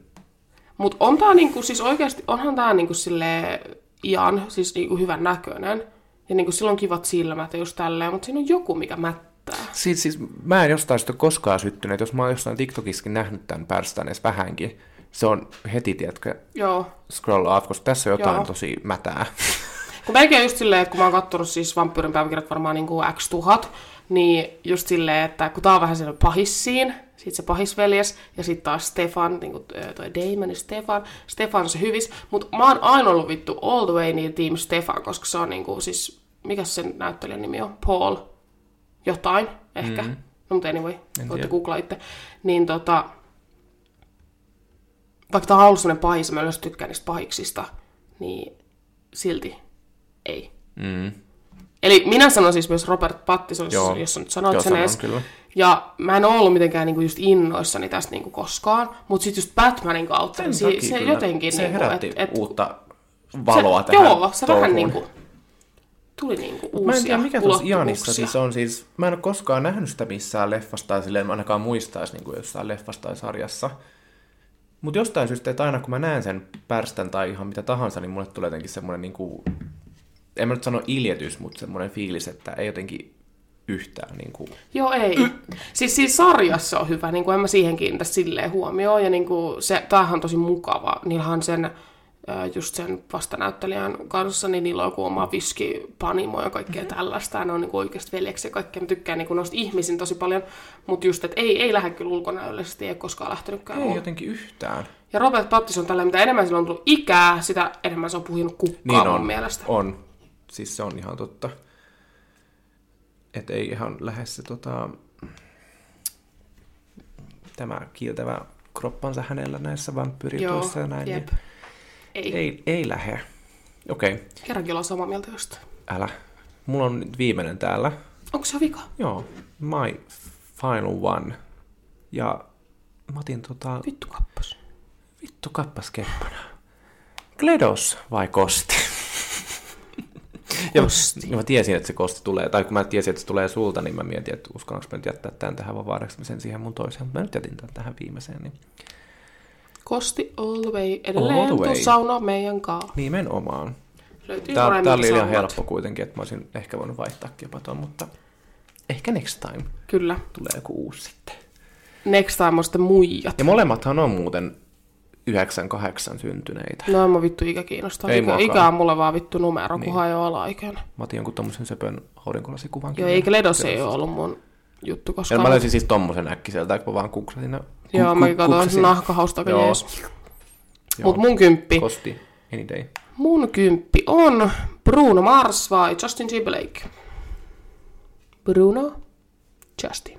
Mutta on tää niinku, siis oikeasti, onhan tää niinku sille iän, siis niinku hyvän näköinen. Ja niinku sillä on kivat silmät ja just tälleen, mutta siinä on joku, mikä mättää. siis, siis mä en jostain sitä ole koskaan syttynyt. Jos mä oon jostain TikTokissakin nähnyt tämän pärstään edes vähänkin, se on heti, tiedätkö, Joo. scroll off, koska tässä on jotain Joo. Joo. tosi mätää. Kun melkein just silleen, että kun mä oon kattonut siis vampyyrin päiväkirjat varmaan niin kuin X1000, niin just silleen, että kun tää on vähän sellainen pahissiin, sit se pahisveljes, ja sit taas Stefan, niin kuin toi Damon ja Stefan, Stefan on se hyvis, mutta mä oon aina ollut vittu all the way niin Team Stefan, koska se on niin kuin siis, mikä sen näyttelijän nimi on? Paul jotain, ehkä. Mm-hmm. No mutta anyway, voitte tiedä. googlaa itse. Niin tota, vaikka tämä on ollut sellainen pahis, mä yleensä tykkään niistä pahiksista, niin silti ei. Mm. Eli minä sanon siis myös Robert Pattison, jos, Joo. jos sä nyt sanoit Joo, sen sanon, edes. kyllä. Ja mä en ole ollut mitenkään niinku just innoissani tästä niinku koskaan, mutta sitten just Batmanin kautta, niin se, se jotenkin... se niinku, herätti et- et- uutta valoa se, tähän Joo, se vähän touhuun. niinku... Tuli niinku uusia Mä en tiedä, mikä tuossa Ianissa ulottuvuuksia. siis on. Siis, mä en ole koskaan nähnyt sitä missään leffasta tai silleen, mä ainakaan muistaisi niin jossain leffasta tai sarjassa. Mutta jostain syystä, että aina kun mä näen sen pärstän tai ihan mitä tahansa, niin mulle tulee jotenkin semmoinen, niin kuin, en mä nyt sano iljetys, mutta semmoinen fiilis, että ei jotenkin yhtään. Niin kuin, Joo, ei. Siis siinä sarjassa on hyvä, niin kuin en mä siihen kiinnitä silleen huomioon. Ja niin kuin se, tämähän on tosi mukava. Niillähän sen, ö, just sen vastanäyttelijän kanssa, niin niillä on joku oma viskipanimo ja Mhm. kaikkea tällaista. Ja ne on niin oikeasti veljeksi ja kaikkea. Mä tykkään niin kuin noista ihmisin tosi paljon. Mutta just, että ei, ei lähde kyllä ulkonäöllisesti, ei ole koskaan lähtenytkään. ei Ei, jotenkin yhtään. ja Robert Pattinson tällä, mitä enemmän sillä on tullut ikää, sitä enemmän se on puhunut kukkaa Niin mun on, mielestä. on. Siis se on ihan totta. Et ei ihan lähde se tota, tämä kiiltävä kroppansa hänellä näissä vampyyrijutuissa ja näin. jep. Niin Ei, ei. ei, ei lähde. Okei, okay, kerrankin ollaan samaa mieltä jostain. älä. Mulla on nyt viimeinen täällä. Onko se vika? Joo, my final one. Ja mä otin tota... Vittu kappas. Vittu kappas keppana. Gledos vai Kosti? Kosti. Ja Niin mä tiesin, että se Kosti tulee, tai kun mä tiesin, että se tulee sulta, niin mä mietin, että uskallanko mä nyt jättää tämän tähän, vai vaadaanko mä sen siihen mun toiseen. Mutta mä nyt jätin tämän tähän viimeiseen, niin Kosti all the way. Edelleen All the tuu way. sauna meidän kaa. nimenomaan. Löytyy Tää, paremminkin tää oli ihan saumat. helppo kuitenkin, että mä olisin ehkä voinut vaihtaakin jopa ton, mutta ehkä next time Kyllä. tulee joku uusi sitten. Next time on sitten muijat. Ja molemmathan on muuten 98 syntyneitä. No en mä vittu ikä kiinnostaa. Ei ikä, muakaan. ikä on mulle vaan vittu numero, niin. kunhan ei ole alaikäinen. Mä otin jonkun tommosen söpön aurinkolasikuvan. Joo, eikä ledos ei ole ollut mun juttu Ja koskaan. mä löysin siis tommosen äkkiseltä, kun mä vaan googlasin. no, Joo, ku- mä ku- katsoin googlasin. nahkahausta aika Joo. jees. Joo. Mut mun kymppi. Kosti, any day. Mun kymppi on Bruno Mars vai Justin Timberlake? Bruno, Justin.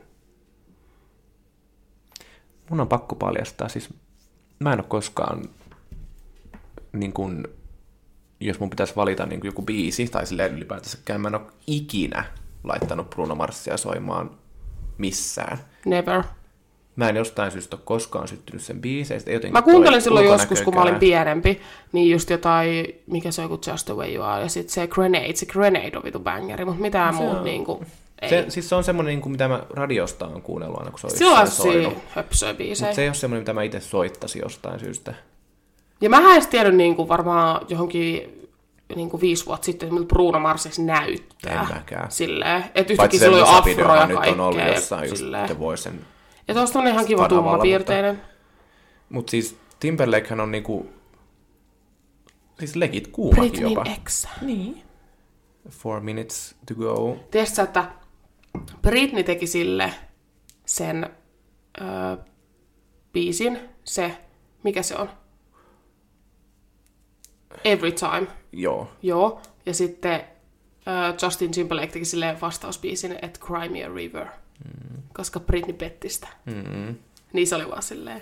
Mun on pakko paljastaa, siis mä en ole koskaan, niin kun, jos mun pitäisi valita niin kun joku biisi, tai silleen ylipäätänsäkään, mä en ole ikinä laittanut Bruno Marsia soimaan missään. Never. Mä en jostain syystä ole koskaan syttynyt sen biiseistä. ei jotenkin Mä kuuntelin toi silloin joskus, kun mä olin ulkonäkökään. pienempi, niin just jotain, mikä se on joku Just the Way You Are, ja sit se Grenade, se Grenade on vitu bangeri, mutta mitään muuta on- niinku, ei. Se, siis se on semmoinen, niin kuin, mitä mä radiosta on kuunnellut aina, kun se on se on jossain se soinut. höpsöä Mutta biisejä. se Se... ei ole semmoinen, mitä mä itse soittaisin jostain syystä. Ja mä en edes tiennyt niinku varmaan johonkin niinku viisi vuotta sitten, miltä Bruno Mars edes näyttää. En mäkään. Silleen, että Paitsi yhtäkkiä se sillä on afro ja musavideohan nyt on ollut kaikkea. jossain just silleen. The Voicen. Ja tuossa on ihan kiva kanavalla, tummapiirteinen. Mutta siis Timberlakehän on niinku... Siis legit kuumakin Britney jopa. X. Four minutes to go. Tiedätkö, sä, että Britney teki sille sen öö, biisin, se, mikä se on? Every Time, Joo. joo. Ja sitten öö, Justin Timberlake teki sille vastausbiisin, että Cry Me a River, mm. koska Britney petti sitä. Mm-hmm. Niin se oli vaan silleen,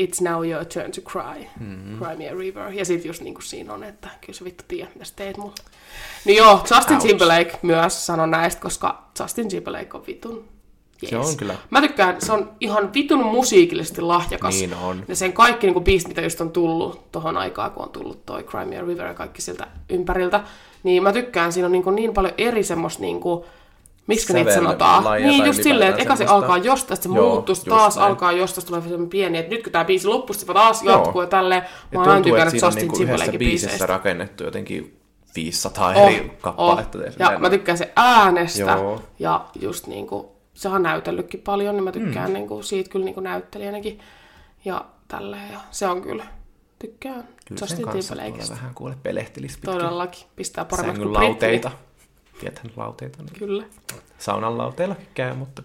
it's now your turn to cry, mm-hmm. cry me a river. Ja sitten just niin kuin siinä on, että kyllä sä vittu tiedät, mitä sä teet mulle. No joo, Justin Ouch. Timberlake myös sanoi näistä, koska Justin Timberlake on vitun. Se jees. on kyllä. Mä tykkään, se on ihan vitun musiikillisesti lahjakas. Niin on. Ja sen kaikki niin kuin biisit, mitä just on tullut tohon aikaan, kun on tullut toi Cry Me a niinku River ja kaikki siltä ympäriltä, niin mä tykkään, siinä on niin, kuin niin paljon eri semmoista niin kuin, Miksi niitä Sävel- sanotaan? lajeja Niin, tai just silleen, että eka ylipäätään se semmoista. alkaa jostain, sitten se Joo, muuttuu, sit just taas näin. alkaa jostain, sitten tulee semmoinen pieni, että nyt kun tämä biisi loppuu, sitten taas Joo. jatkuu ja tälleen. Mä Ja oon aina tuntuu, että tykännyt siinä on Justin niinku yhdessä Timberlakein biisissä biiseistä. rakennettu jotenkin 500 Oh, eri kappaletta. oh. tai Ja silleen. mä tykkään se äänestä. Joo. Ja just niinku, se on näytellytkin paljon, niin mä Mm. tykkään niinku siitä kyllä niinku näyttelijänäkin. Ja tälleen, ja se on kyllä, tykkään Kyllä sen Justin kanssa tuolla Timberlakeista. vähän kuule pelehtilis pitkin Todellakin, pistää paremmaksi sängyn kuin Britney. lauteita. Tietän lauteita. Niin. Kyllä. Saunan lauteillakin käy, mutta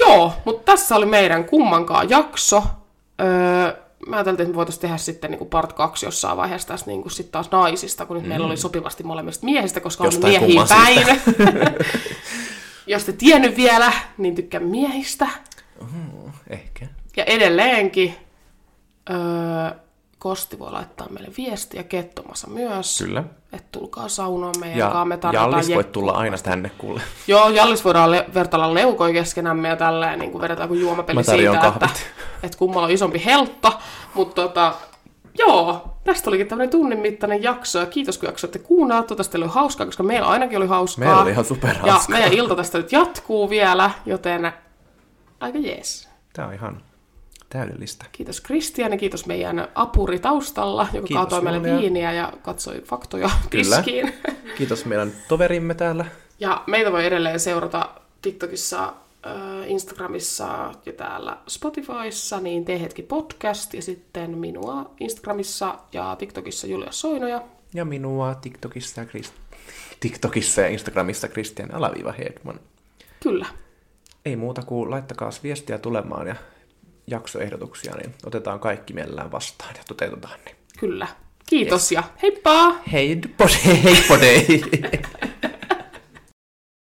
Joo, mutta tässä oli meidän kummankaan jakso. Öö, mä ajattelin, että me voitaisiin tehdä sitten niin part 2 jossain vaiheessa tässä niin kuin sit taas naisista, kun nyt mm. meillä oli sopivasti molemmista miehistä, koska on Jostain miehiä kumman päivä. Jos te tiennyt vielä, niin tykkään miehistä. ehkä. Ja edelleenkin öö, Kosti voi laittaa meille viestiä, Kettomassa myös. Kyllä. Että tulkaa saunoon meidän Ja kanssa, me tarvitaan Jallis voit jek- tulla aina tänne kuule. Joo, Jallis voidaan le- vertailla leukoja keskenämme ja tälleen niin kuin vedetään kuin juomapeli Mä siitä, tarjoan että, kahvit. että kummalla on isompi heltta. Mutta tota, joo, tästä olikin tämmöinen tunnin mittainen jakso ja kiitos kun jaksoitte kuunnella. Toivottavasti teillä oli hauskaa, koska meillä ainakin oli hauskaa. Meillä oli ihan superhauskaa. Ja meidän ilta tästä nyt jatkuu vielä, joten aika jees. Tää on ihan täydellistä. Kiitos Kristian ja kiitos meidän apuri taustalla, joka Kiitos kaatoi meille Julia. viiniä ja katsoi faktoja Kyllä. tiskiin. Kiitos meidän toverimme täällä. Ja meitä voi edelleen seurata TikTokissa, ö, Instagramissa ja täällä Spotifyssa, niin Tee hetki podcast ja sitten minua Instagramissa ja TikTokissa Julia Soinoja. Ja minua TikTokissa ja, Krist... TikTokissa ja Instagramissa Christian Alaviiva Hedman. Kyllä. Ei muuta kuin laittakaa viestiä tulemaan ja jaksoehdotuksia, niin otetaan kaikki mielellään vastaan ja toteutetaan niin. ne. Kyllä. Kiitos yes. ja heippa! Hei, pode, hei, pode.